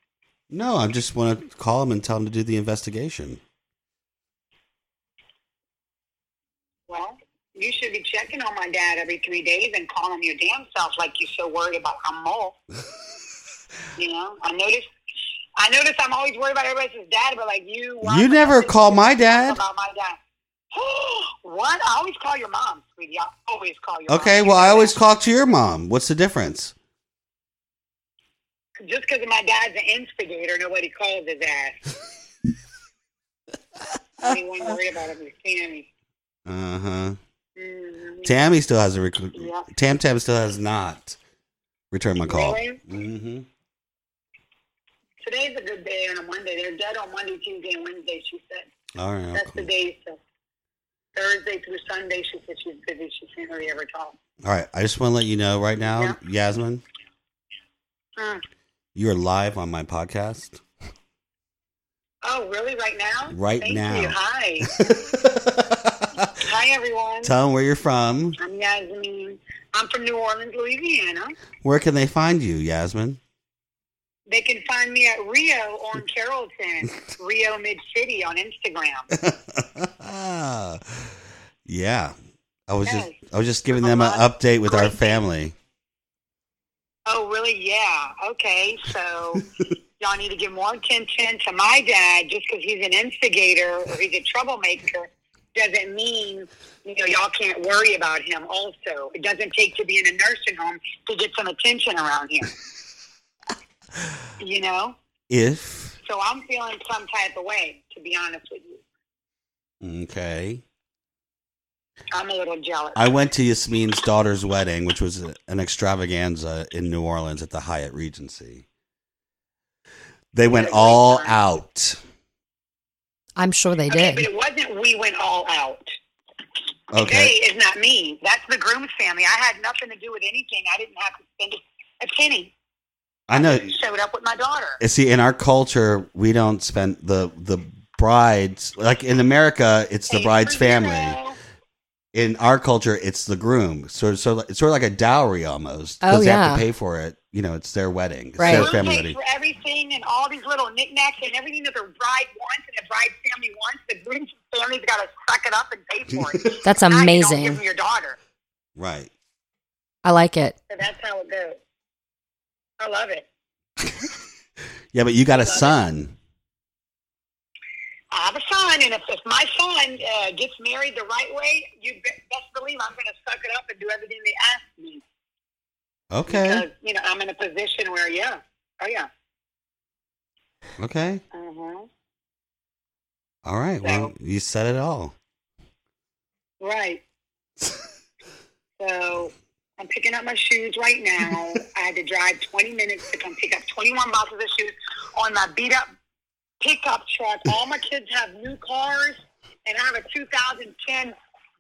Speaker 5: No, I just want to call him and tell him to do the investigation.
Speaker 7: Well, you should be checking on my dad every three days and calling him your damn self like you're so worried about I'm old. you know, I noticed. I noticed I'm always worried about everybody else's dad, but like you, why
Speaker 5: You
Speaker 7: am I
Speaker 5: never
Speaker 7: always
Speaker 5: call my dad.
Speaker 7: About my dad. what? I always call your mom, sweetie. I always call your.
Speaker 5: Okay.
Speaker 7: mom.
Speaker 5: Well, I always talk to your mom. What's the difference?
Speaker 7: Just because my dad's an instigator, nobody calls his ass. Anyone worried about it with Sammy?
Speaker 5: Uh huh.
Speaker 7: Mhm.
Speaker 5: Tammy still has a rec-
Speaker 7: Yeah.
Speaker 5: Tam Tam still has not returned my call.
Speaker 7: Really?
Speaker 5: Mm-hmm.
Speaker 7: Today's a good day on a Monday. They're dead on Monday, Tuesday, and Wednesday. She said.
Speaker 5: All right.
Speaker 7: That's the
Speaker 5: Oh, cool.
Speaker 7: days. So Thursday through Sunday, she said she's busy. She can't really ever talk.
Speaker 5: All right. I just want to let you know right now, Yasmin,
Speaker 7: Mm.
Speaker 5: you are live on my podcast.
Speaker 7: Oh, really? Right now?
Speaker 5: Right
Speaker 7: Thank
Speaker 5: now.
Speaker 7: You. Hi. Hi, everyone.
Speaker 5: Tell them where you're from.
Speaker 7: I'm Yasmin. I'm from New Orleans, Louisiana.
Speaker 5: Where can they find you, Yasmin?
Speaker 7: They can find me at Rio on Carrollton, Rio Mid City on Instagram.
Speaker 5: yeah. I was just
Speaker 7: Yes.
Speaker 5: I was just giving them an update with our
Speaker 7: Great.
Speaker 5: family.
Speaker 7: Oh, really? Yeah. Okay. So y'all need to give more attention to my dad just because he's an instigator or he's a troublemaker doesn't mean you know y'all can't worry about him. Also, it doesn't take to be in a nursing home to get some attention around here. you know,
Speaker 5: If
Speaker 7: so I'm feeling some type of way. To be honest with you,
Speaker 5: okay,
Speaker 7: I'm a little jealous.
Speaker 5: I went to Yasmin's daughter's wedding, which was an extravaganza in New Orleans at the Hyatt Regency. They went all out.
Speaker 1: I'm sure they did.
Speaker 7: okay, but it wasn't. We went all out.
Speaker 5: Okay,
Speaker 7: They is not me. That's the groom's family. I had nothing to do with anything. I didn't have to spend a penny.
Speaker 5: I know.
Speaker 7: Showed up with my daughter.
Speaker 5: And See, in our culture, we don't spend the the brides like in America. It's the
Speaker 7: Hey,
Speaker 5: bride's
Speaker 7: for zero.
Speaker 5: family. In our culture, it's the groom. So, so it's sort of like a dowry almost
Speaker 1: Oh,
Speaker 5: they have
Speaker 1: yeah.
Speaker 5: to pay for it. You know, it's their wedding, it's
Speaker 1: Right.
Speaker 5: their
Speaker 7: Groom
Speaker 5: family
Speaker 7: pays
Speaker 5: wedding.
Speaker 7: for everything and all these little knickknacks and everything that the bride wants and the bride's family wants. The groom's family's got to suck it up and pay for it.
Speaker 1: That's
Speaker 7: Now you don't
Speaker 1: amazing.
Speaker 7: give 'em your daughter.
Speaker 5: Right.
Speaker 1: I like it.
Speaker 7: So that's how it goes. I love it.
Speaker 5: Yeah, but you got a son.
Speaker 7: I have a son, and if, if my son uh, gets married the right way, you be- best believe I'm going to suck it up and do everything they ask me.
Speaker 5: Okay.
Speaker 7: Because, you know, I'm in a position where, yeah. Oh, yeah.
Speaker 5: Okay.
Speaker 7: Uh-huh.
Speaker 5: All right. Well, you said it all.
Speaker 7: Right. so I'm picking up my shoes right now. I had to drive 20 minutes to come pick up 21 boxes of shoes on my beat up pickup truck. All my kids have new cars, and I have a 2010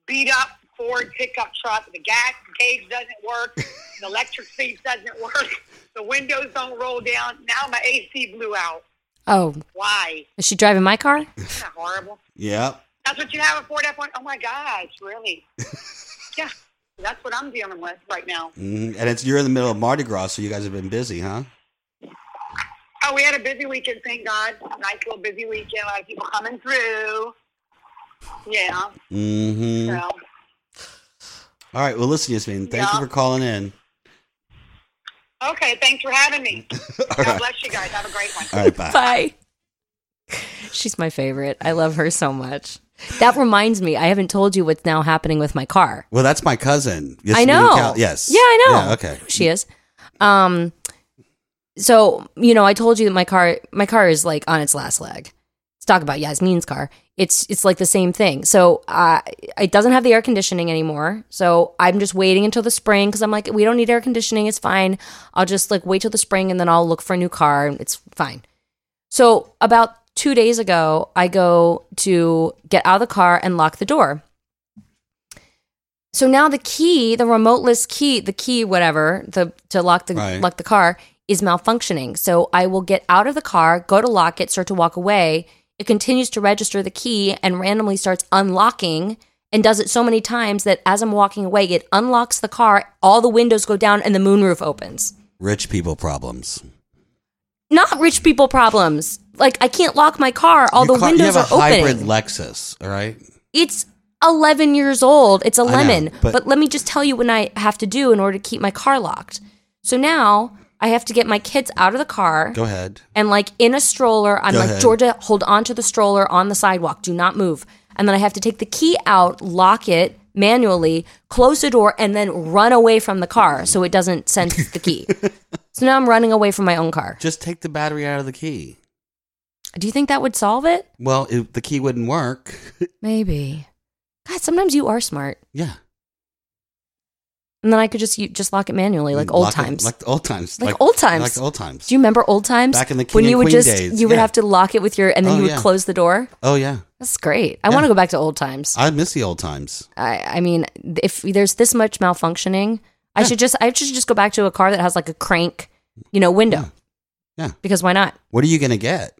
Speaker 7: beat up Ford pickup truck. The gas gauge doesn't work. The electric seat doesn't work. The windows don't roll down. Now my AC blew out.
Speaker 1: Oh,
Speaker 7: Why?
Speaker 1: is she driving my car?
Speaker 7: Isn't that horrible?
Speaker 5: Yep.
Speaker 7: That's what you have a Ford F one. Oh my gosh, really? yeah, that's what I'm dealing with right now.
Speaker 5: Mhm. And it's you're in the middle of Mardi Gras, so you guys have been busy, huh?
Speaker 7: Oh, we had a busy weekend, thank God. Nice little busy weekend. A lot of people coming through. Yeah.
Speaker 5: Mm-hmm.
Speaker 7: So,
Speaker 5: All right. Well, listen, Yasmin. Thank
Speaker 7: Yeah.
Speaker 5: you for calling in.
Speaker 7: okay, thanks for having me.
Speaker 5: All
Speaker 7: God
Speaker 5: right.
Speaker 7: bless you guys. Have a great one.
Speaker 5: All right. Bye.
Speaker 1: Bye. She's my favorite. I love her so much. That reminds me, I haven't told you what's now happening with my car.
Speaker 5: Well, that's my cousin. Yasmin
Speaker 1: I know.
Speaker 5: Cal- yes.
Speaker 1: Yeah, I know.
Speaker 5: Yeah, okay.
Speaker 1: She is. Um so, you know, I told you that my car my car is like on its last leg. Let's talk about Yasmin's car. It's it's like the same thing. So, uh, it doesn't have the air conditioning anymore. So, I'm just waiting until the spring cuz I'm like we don't need air conditioning, it's fine. I'll just like wait till the spring and then I'll look for a new car. It's fine. So, about 2 days ago, I go to get out of the car and lock the door. So now the key, the remoteless key, the key, whatever, the to lock the
Speaker 5: Right.
Speaker 1: lock the car is malfunctioning. So I will get out of the car, go to lock it, start to walk away. It continues to register the key and randomly starts unlocking and does it so many times that as I'm walking away, it unlocks the car, all the windows go down, and the moonroof opens.
Speaker 5: Rich people problems.
Speaker 1: Not rich people problems. Like I can't lock my car. All
Speaker 5: Your
Speaker 1: the
Speaker 5: car-
Speaker 1: windows
Speaker 5: you have
Speaker 1: are
Speaker 5: a hybrid
Speaker 1: opening.
Speaker 5: Lexus. All right.
Speaker 1: it's 11 years old. It's a
Speaker 5: know,
Speaker 1: lemon.
Speaker 5: but-
Speaker 1: but, let me just tell you what I have to do in order to keep my car locked. So now I have to get my kids out of the car
Speaker 5: Go ahead.
Speaker 1: and like in a stroller. I'm
Speaker 5: Go
Speaker 1: like,
Speaker 5: ahead.
Speaker 1: Georgia, hold on to the stroller on the sidewalk. Do not move. And then I have to take the key out, lock it manually, close the door, and then run away from the car so it doesn't sense the key. so now I'm running away from my own car.
Speaker 5: Just take the battery out of the key.
Speaker 1: Do you think that would solve it?
Speaker 5: Well, if the key wouldn't work.
Speaker 1: Maybe. God, sometimes you are smart.
Speaker 5: yeah.
Speaker 1: And then I could just you, just lock it manually, like old
Speaker 5: Lock it-
Speaker 1: times.
Speaker 5: Like the old times.
Speaker 1: Like old times.
Speaker 5: Like the old times.
Speaker 1: Do you remember old times?
Speaker 5: Back in the king
Speaker 1: when
Speaker 5: and
Speaker 1: you would
Speaker 5: queen
Speaker 1: just
Speaker 5: days,
Speaker 1: you would
Speaker 5: yeah.
Speaker 1: have to lock it with your and then
Speaker 5: Oh,
Speaker 1: you would
Speaker 5: yeah.
Speaker 1: close the door.
Speaker 5: oh yeah.
Speaker 1: That's great. I
Speaker 5: Yeah.
Speaker 1: want to go back to old times.
Speaker 5: I miss the old times.
Speaker 1: I, I mean, if there's this much malfunctioning, I should just I should just go back to a car that has like a crank, you know, window.
Speaker 5: Yeah. Yeah.
Speaker 1: Because why not?
Speaker 5: What are you gonna get?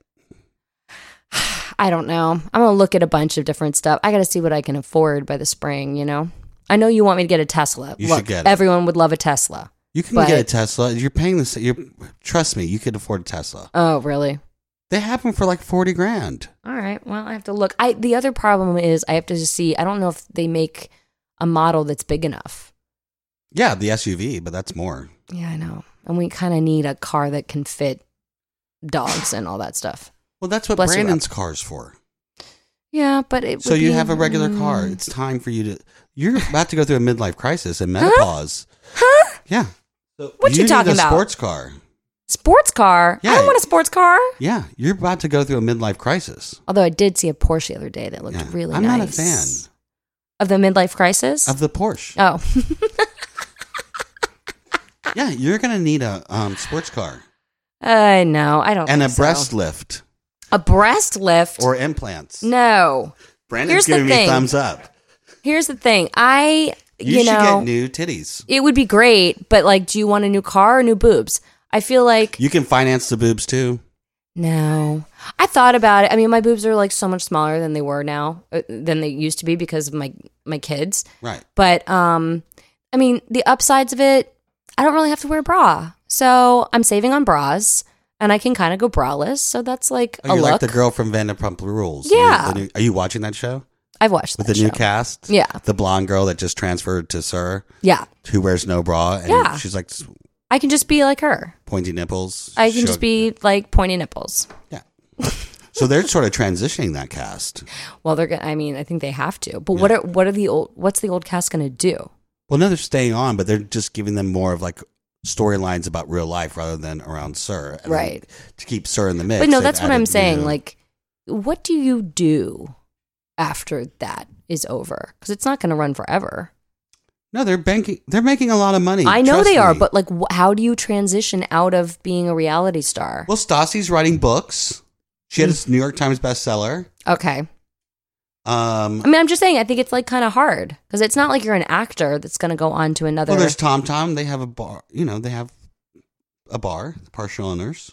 Speaker 1: I don't know. I'm gonna look at a bunch of different stuff. I gotta see what I can afford by the spring. You know, I know you want me to get a Tesla.
Speaker 5: You should
Speaker 1: Look,
Speaker 5: get it.
Speaker 1: everyone would love a Tesla.
Speaker 5: You can
Speaker 1: But-
Speaker 5: get a Tesla. You're paying this. You trust me. You could afford a Tesla.
Speaker 1: Oh, really?
Speaker 5: They have them for like forty grand.
Speaker 1: All right. Well, I have to look. I the other problem is I have to just see. I don't know if they make a model that's big enough.
Speaker 5: Yeah, the SUV, but that's more.
Speaker 1: Yeah, I know. And we kind of need a car that can fit dogs and all that stuff.
Speaker 5: Well, that's what
Speaker 1: Bless you,
Speaker 5: Brandon's car's for.
Speaker 1: Yeah, but it.
Speaker 5: So
Speaker 1: would
Speaker 5: you
Speaker 1: be- Mm.
Speaker 5: have a regular car. It's time for you to. You're about to go through a midlife crisis and menopause. Huh? Yeah. So
Speaker 1: What you
Speaker 5: need
Speaker 1: talking
Speaker 5: a
Speaker 1: about?
Speaker 5: Sports car.
Speaker 1: sports car. I
Speaker 5: Yeah.
Speaker 1: don't want a sports car.
Speaker 5: Yeah, you're about to go through a midlife crisis.
Speaker 1: Although I did see a Porsche the other day that looked
Speaker 5: Yeah.
Speaker 1: really
Speaker 5: I'm
Speaker 1: nice.
Speaker 5: not a fan
Speaker 1: of the midlife crisis.
Speaker 5: of the Porsche.
Speaker 1: oh,
Speaker 5: yeah, you're gonna need a um, sports car
Speaker 1: I know. I don't.
Speaker 5: and a
Speaker 1: think so.
Speaker 5: breast lift
Speaker 1: a breast lift.
Speaker 5: or implants.
Speaker 1: no.
Speaker 5: Brandon's
Speaker 1: Here's the
Speaker 5: giving me
Speaker 1: thing.
Speaker 5: thumbs up.
Speaker 1: Here's the thing. I
Speaker 5: You,
Speaker 1: you,
Speaker 5: should
Speaker 1: know
Speaker 5: get new titties.
Speaker 1: it would be great, but like, do you want a new car or new boobs? I feel like
Speaker 5: You can finance the boobs too.
Speaker 1: No, I thought about it. I mean, my boobs are like so much smaller than they were now uh, than they used to be because of my my kids.
Speaker 5: Right.
Speaker 1: But um, I mean, the upsides of it, I don't really have to wear a bra, so I'm saving on bras, and I can kind of go braless. So that's like
Speaker 5: Oh,
Speaker 1: a
Speaker 5: you're
Speaker 1: look.
Speaker 5: like the girl from Vanderpump Rules. The new-
Speaker 1: Yeah.
Speaker 5: the new- are you watching that show
Speaker 1: I've watched
Speaker 5: with
Speaker 1: that
Speaker 5: the new
Speaker 1: show.
Speaker 5: cast?
Speaker 1: Yeah.
Speaker 5: The blonde girl that just transferred to Sir.
Speaker 1: Yeah,
Speaker 5: who wears no bra and
Speaker 1: Yeah.
Speaker 5: she's like
Speaker 1: I can just be like her.
Speaker 5: pointy nipples.
Speaker 1: I can
Speaker 5: She'll-
Speaker 1: just be like pointy nipples.
Speaker 5: yeah. so they're sort of transitioning that cast.
Speaker 1: Well, they're gonna. I mean, I think they have to. But what are what are the old? What's the old cast gonna do?
Speaker 5: Well, no, they're staying on, but they're just giving them more of like storylines about real life rather than around Sir, And then
Speaker 1: Right.
Speaker 5: To keep Sir in the mix.
Speaker 1: But no,
Speaker 5: they've
Speaker 1: that's what
Speaker 5: added,
Speaker 1: I'm
Speaker 5: you
Speaker 1: saying.
Speaker 5: know-
Speaker 1: Like, what do you do after that is over? Because it's not going to run forever.
Speaker 5: no, they're banking. They're making a lot of money.
Speaker 1: I know
Speaker 5: Trust
Speaker 1: they are,
Speaker 5: me.
Speaker 1: but like, wh- how do you transition out of being a reality star?
Speaker 5: well, Stassi's writing books. She had
Speaker 1: Mm.
Speaker 5: a New York Times bestseller.
Speaker 1: Okay.
Speaker 5: Um,
Speaker 1: I mean, I'm just saying, I think it's like kind of hard because it's not like you're an actor that's going to go on to another.
Speaker 5: well, there's Tom Tom. They have a bar. You know, they have a bar. Partial owners.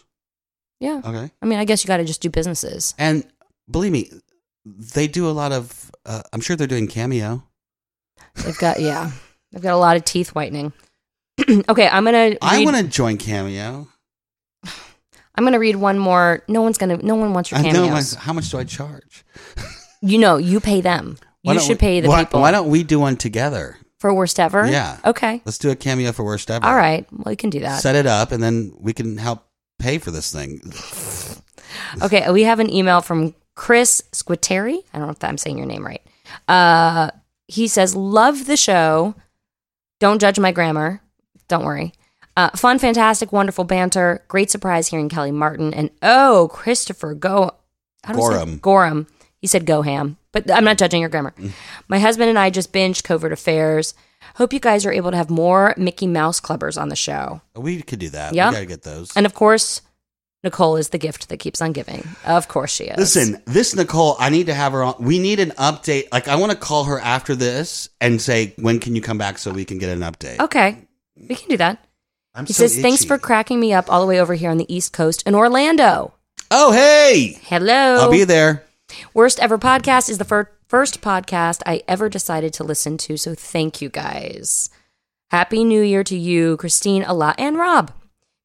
Speaker 1: yeah.
Speaker 5: Okay.
Speaker 1: I mean, I guess you got to just do businesses.
Speaker 5: And believe me, they do a lot of. Uh, I'm sure they're doing cameo.
Speaker 1: They've got, yeah, they've got a lot of teeth whitening. okay. I'm going to,
Speaker 5: I want to join cameo.
Speaker 1: I'm going to read one more. No one's going to, no one wants your
Speaker 5: I
Speaker 1: cameos.
Speaker 5: know my, how much do I charge?
Speaker 1: You know, you pay them.
Speaker 5: Why
Speaker 1: you
Speaker 5: don't
Speaker 1: should
Speaker 5: we-
Speaker 1: pay the
Speaker 5: why,
Speaker 1: people.
Speaker 5: Why don't we do one together?
Speaker 1: for worst ever?
Speaker 5: Yeah.
Speaker 1: Okay.
Speaker 5: Let's do a cameo for worst ever.
Speaker 1: All right. Well, you can do that.
Speaker 5: Set it up, and then we can help pay for this thing.
Speaker 1: Okay. We have an email from Chris Squitteri. I don't know if I'm saying your name right. Uh, he says, "Love the show. Don't judge my grammar. Don't worry. Uh, fun, fantastic, wonderful banter. Great surprise hearing Kelly Martin and oh, Christopher Go. How do I say-
Speaker 5: Gorham. Mm.
Speaker 1: Gorham. He said go ham, but I'm not judging your grammar. My husband and I just binged Covert Affairs. Hope you guys are able to have more Mickey Mouse clubbers on the show.
Speaker 5: We could do that.
Speaker 1: Yeah.
Speaker 5: We gotta get those.
Speaker 1: And of course, Nicole is the gift that keeps on giving. Of course she is.
Speaker 5: Listen, this Nicole, I need to have her on. We need an update. Like, I want to call her after this and say, when can you come back so we can get an update?
Speaker 1: Okay. We can do that.
Speaker 5: I'm
Speaker 1: He
Speaker 5: so
Speaker 1: says, Thanks
Speaker 5: itchy."
Speaker 1: for cracking me up all the way over here on the East Coast in Orlando.
Speaker 5: Oh, hey!
Speaker 1: Hello.
Speaker 5: I'll be there.
Speaker 1: Worst Ever Podcast is the fir- first podcast I ever decided to listen to. So thank you guys. Happy New Year to you, Christine, Allah, and Rob.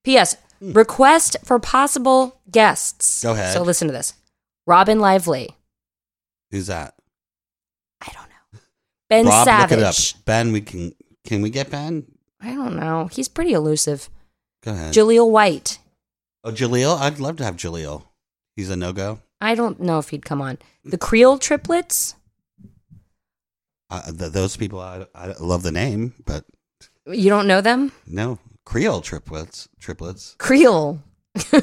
Speaker 1: P.S. Request for possible guests.
Speaker 5: Hmm. Go ahead.
Speaker 1: So listen to this Robin Lively.
Speaker 5: Who's that?
Speaker 1: I don't know. Ben
Speaker 5: Rob,
Speaker 1: Savage.
Speaker 5: look it up. Ben, we can can we get Ben?
Speaker 1: I don't know. He's pretty elusive.
Speaker 5: Go ahead.
Speaker 1: Jaleel White.
Speaker 5: oh, Jaleel. I'd love to have Jaleel. He's a no go.
Speaker 1: I don't know if he'd come on. The Creole triplets.
Speaker 5: Uh, th- those people, I, I love the name, but
Speaker 1: You don't know them?
Speaker 5: no Creole triplets. Triplets.
Speaker 1: Creole.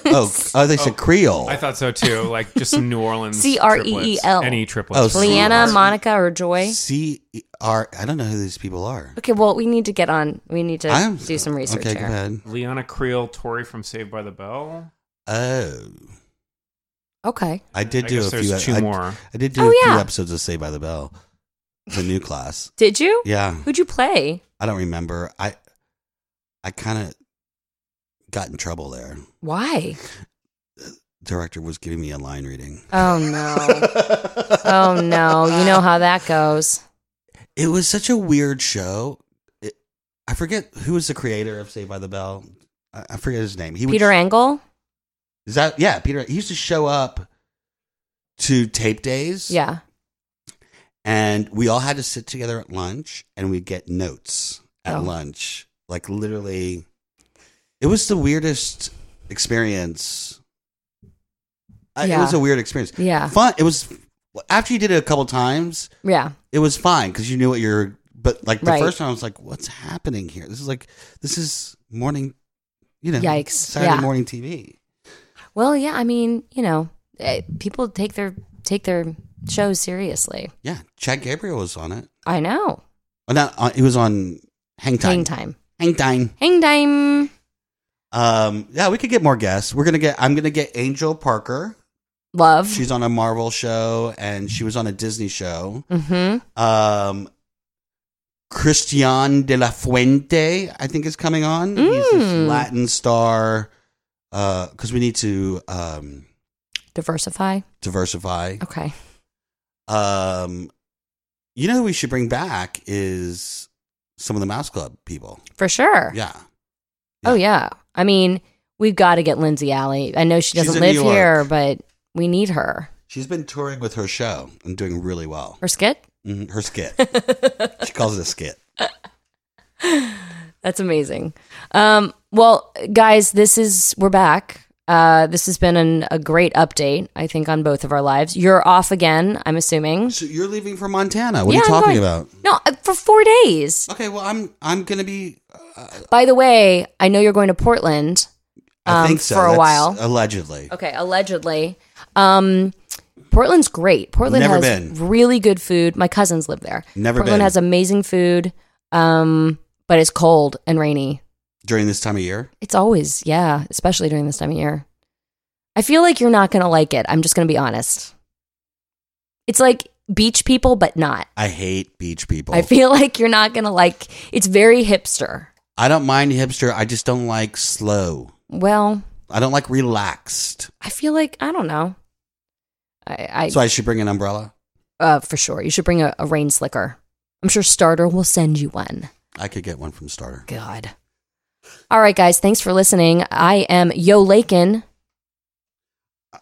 Speaker 5: Oh, oh, they said Creole.
Speaker 6: I thought so too. Like just some New Orleans.
Speaker 1: E C-R-E-E-L.
Speaker 6: triplets. Any triplets.
Speaker 5: Oh,
Speaker 1: Leanna,
Speaker 5: Sweetheart.
Speaker 1: Monica, or Joy.
Speaker 5: C E R. I don't know who these people are.
Speaker 1: Okay, well, we need to get on. We need to
Speaker 5: I'm-
Speaker 1: do some research
Speaker 5: Okay, go
Speaker 1: here.
Speaker 5: ahead.
Speaker 6: Leanna Creel, Tori from Saved by the Bell.
Speaker 5: Oh,
Speaker 1: Okay.
Speaker 5: I did
Speaker 6: I
Speaker 5: do
Speaker 6: guess
Speaker 5: a
Speaker 6: there's
Speaker 5: few.
Speaker 6: two
Speaker 5: I,
Speaker 6: more.
Speaker 5: I did do
Speaker 1: Oh,
Speaker 5: a few
Speaker 1: yeah.
Speaker 5: episodes of Saved by the Bell. The new class.
Speaker 1: Did you?
Speaker 5: Yeah.
Speaker 1: Who'd you play?
Speaker 5: I don't remember. I I kind of got in trouble there.
Speaker 1: Why?
Speaker 5: Director was giving me a line reading.
Speaker 1: Oh no. oh no. You know how that goes.
Speaker 5: It was such a weird show. It, I forget who was the creator of Saved by the Bell. I, I forget his name. He
Speaker 1: Peter
Speaker 5: Would,
Speaker 1: Angle?
Speaker 5: is that yeah? Peter. He used to show up to tape days.
Speaker 1: Yeah.
Speaker 5: and we all had to sit together at lunch and we'd get notes at
Speaker 1: Oh.
Speaker 5: lunch like literally it was the weirdest experience I, it was
Speaker 1: Yeah.
Speaker 5: a weird experience
Speaker 1: Yeah.
Speaker 5: fun it was after you did it a couple times,
Speaker 1: Yeah.
Speaker 5: it was fine because you knew what you're. But like the
Speaker 1: Right.
Speaker 5: first time, I was like, "What's happening here? This is like this is morning, you know,
Speaker 1: Yikes.
Speaker 5: Saturday
Speaker 1: Yeah.
Speaker 5: morning TV."
Speaker 1: Well, yeah. I mean, you know, eh, people take their take their shows seriously.
Speaker 5: Yeah, Chad Gabriel was on it.
Speaker 1: I know.
Speaker 5: Oh, not on, he was on Hang Time.
Speaker 1: Hang time.
Speaker 5: Hang Time.
Speaker 1: Hang time.
Speaker 5: Um, yeah, we could get more guests. We're gonna get. I'm gonna get Angel Parker.
Speaker 1: Love.
Speaker 5: She's on a Marvel show and she was on a Disney show.
Speaker 1: mm-hmm.
Speaker 5: Um, Christian de la Fuente, I think, is coming on. He's
Speaker 1: Mm.
Speaker 5: this Latin star. Because we need to um,
Speaker 1: Diversify.
Speaker 5: diversify.
Speaker 1: Okay.
Speaker 5: Um, you know who we should bring back is some of the Mouse Club people.
Speaker 1: For sure.
Speaker 5: Yeah.
Speaker 1: Oh yeah. I mean, we've got to get Lindsay Alley. I know she
Speaker 5: She's
Speaker 1: doesn't
Speaker 5: in
Speaker 1: live
Speaker 5: New York.
Speaker 1: here, but we need her.
Speaker 5: She's been touring with her show and doing really well.
Speaker 1: Her skit?
Speaker 5: Mhm, Her skit. she calls it a skit.
Speaker 1: That's amazing. Um, well, guys, this is we're back. Uh, this has been an, a great update, I think, on both of our lives. You're off again, I'm assuming.
Speaker 5: So you're leaving for Montana. What
Speaker 1: Yeah,
Speaker 5: are
Speaker 1: I'm
Speaker 5: you talking
Speaker 1: going.
Speaker 5: about?
Speaker 1: No, uh, for four days.
Speaker 5: Okay, well, I'm I'm gonna be.
Speaker 1: By the way, I know you're going to Portland.
Speaker 5: I
Speaker 1: Um,
Speaker 5: think so.
Speaker 1: for a
Speaker 5: That's
Speaker 1: while.
Speaker 5: allegedly.
Speaker 1: Okay, allegedly. Um, Portland's great. Portland
Speaker 5: Never
Speaker 1: has
Speaker 5: been.
Speaker 1: really good food. My cousins live there.
Speaker 5: Never
Speaker 1: Portland
Speaker 5: been.
Speaker 1: has amazing food, um, but it's cold and rainy.
Speaker 5: during this time of year.
Speaker 1: It's always, yeah, especially during this time of year. I feel like you're not going to like it. I'm just going to be honest. It's like beach people, but not.
Speaker 5: I hate beach people.
Speaker 1: I
Speaker 5: I,
Speaker 1: feel like you're not going to like It's very hipster.
Speaker 5: don't mind hipster. I just don't like slow.
Speaker 1: Well,
Speaker 5: I don't like relaxed.
Speaker 1: I feel like, I don't know. I, I
Speaker 5: so I should bring an umbrella.
Speaker 1: uh, for sure. You should bring a, a rain slicker. I'm sure Starter will send you one.
Speaker 5: I could get one from Starter.
Speaker 1: God. All right, guys. Thanks for listening. I am Yo Lakin.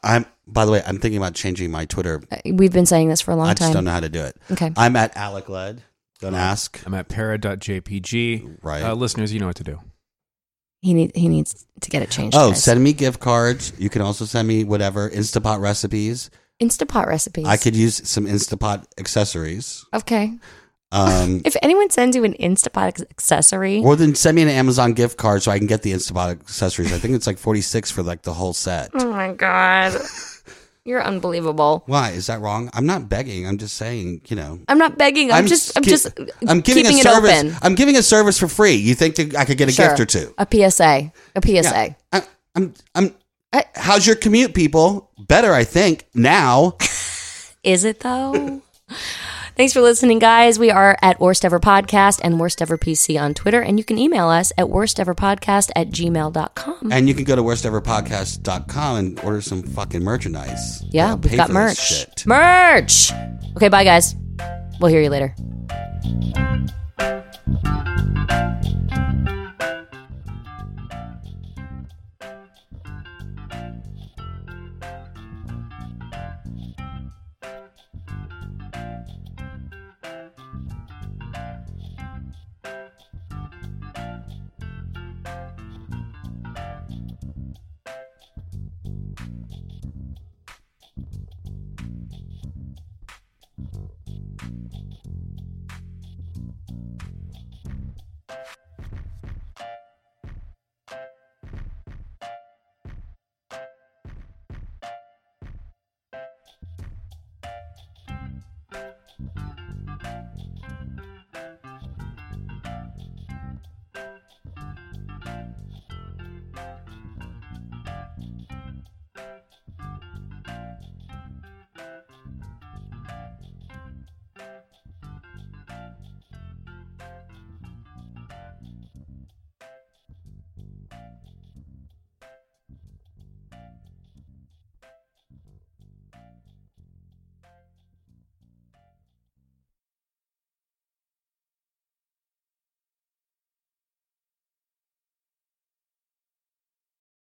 Speaker 5: I'm. By the way, I'm thinking about changing my Twitter.
Speaker 1: Uh, We've been saying this for a long
Speaker 5: I just
Speaker 1: time.
Speaker 5: don't know how to do it.
Speaker 1: Okay.
Speaker 5: I'm at Alec Led. Don't ask.
Speaker 6: I'm at para.jpg.
Speaker 5: Right.
Speaker 6: Uh, listeners, you know what to do.
Speaker 1: He needs he needs to get it changed.
Speaker 5: Oh,
Speaker 1: guys.
Speaker 5: send me gift cards. You can also send me whatever Instapot recipes.
Speaker 1: Instapot recipes.
Speaker 5: I could use some Instapot accessories.
Speaker 1: Okay.
Speaker 5: Um,
Speaker 1: If anyone sends you an Instapot ex- accessory,
Speaker 5: Well, then send me an Amazon gift card so I can get the Instabot accessories. I think it's like forty six for like the whole set.
Speaker 1: oh my god, you're unbelievable.
Speaker 5: Why is that wrong? I'm not begging. I'm just saying, you know.
Speaker 1: I'm not begging. I'm, just I'm
Speaker 5: gi-
Speaker 1: just
Speaker 5: I'm giving
Speaker 1: keeping
Speaker 5: a service.
Speaker 1: it open.
Speaker 5: I'm giving a service for free. You think that I could get a
Speaker 1: Sure.
Speaker 5: gift or two?
Speaker 1: A PSA. A PSA.
Speaker 5: I, I'm. I'm.
Speaker 1: I-
Speaker 5: how's your commute, people? Better, I think. Now,
Speaker 1: Is it though? Thanks for listening, guys. We are at Worst Ever Podcast and Worst Ever PC on Twitter, and you can email us at worsteverpodcast at gmail.com.
Speaker 5: and you can go to worsteverpodcast.com and order some fucking merchandise.
Speaker 1: Yeah,
Speaker 5: I'll
Speaker 1: we've
Speaker 5: pay
Speaker 1: got
Speaker 5: for this
Speaker 1: merch.
Speaker 5: shit.
Speaker 1: Merch! Okay, bye, guys. We'll hear you later.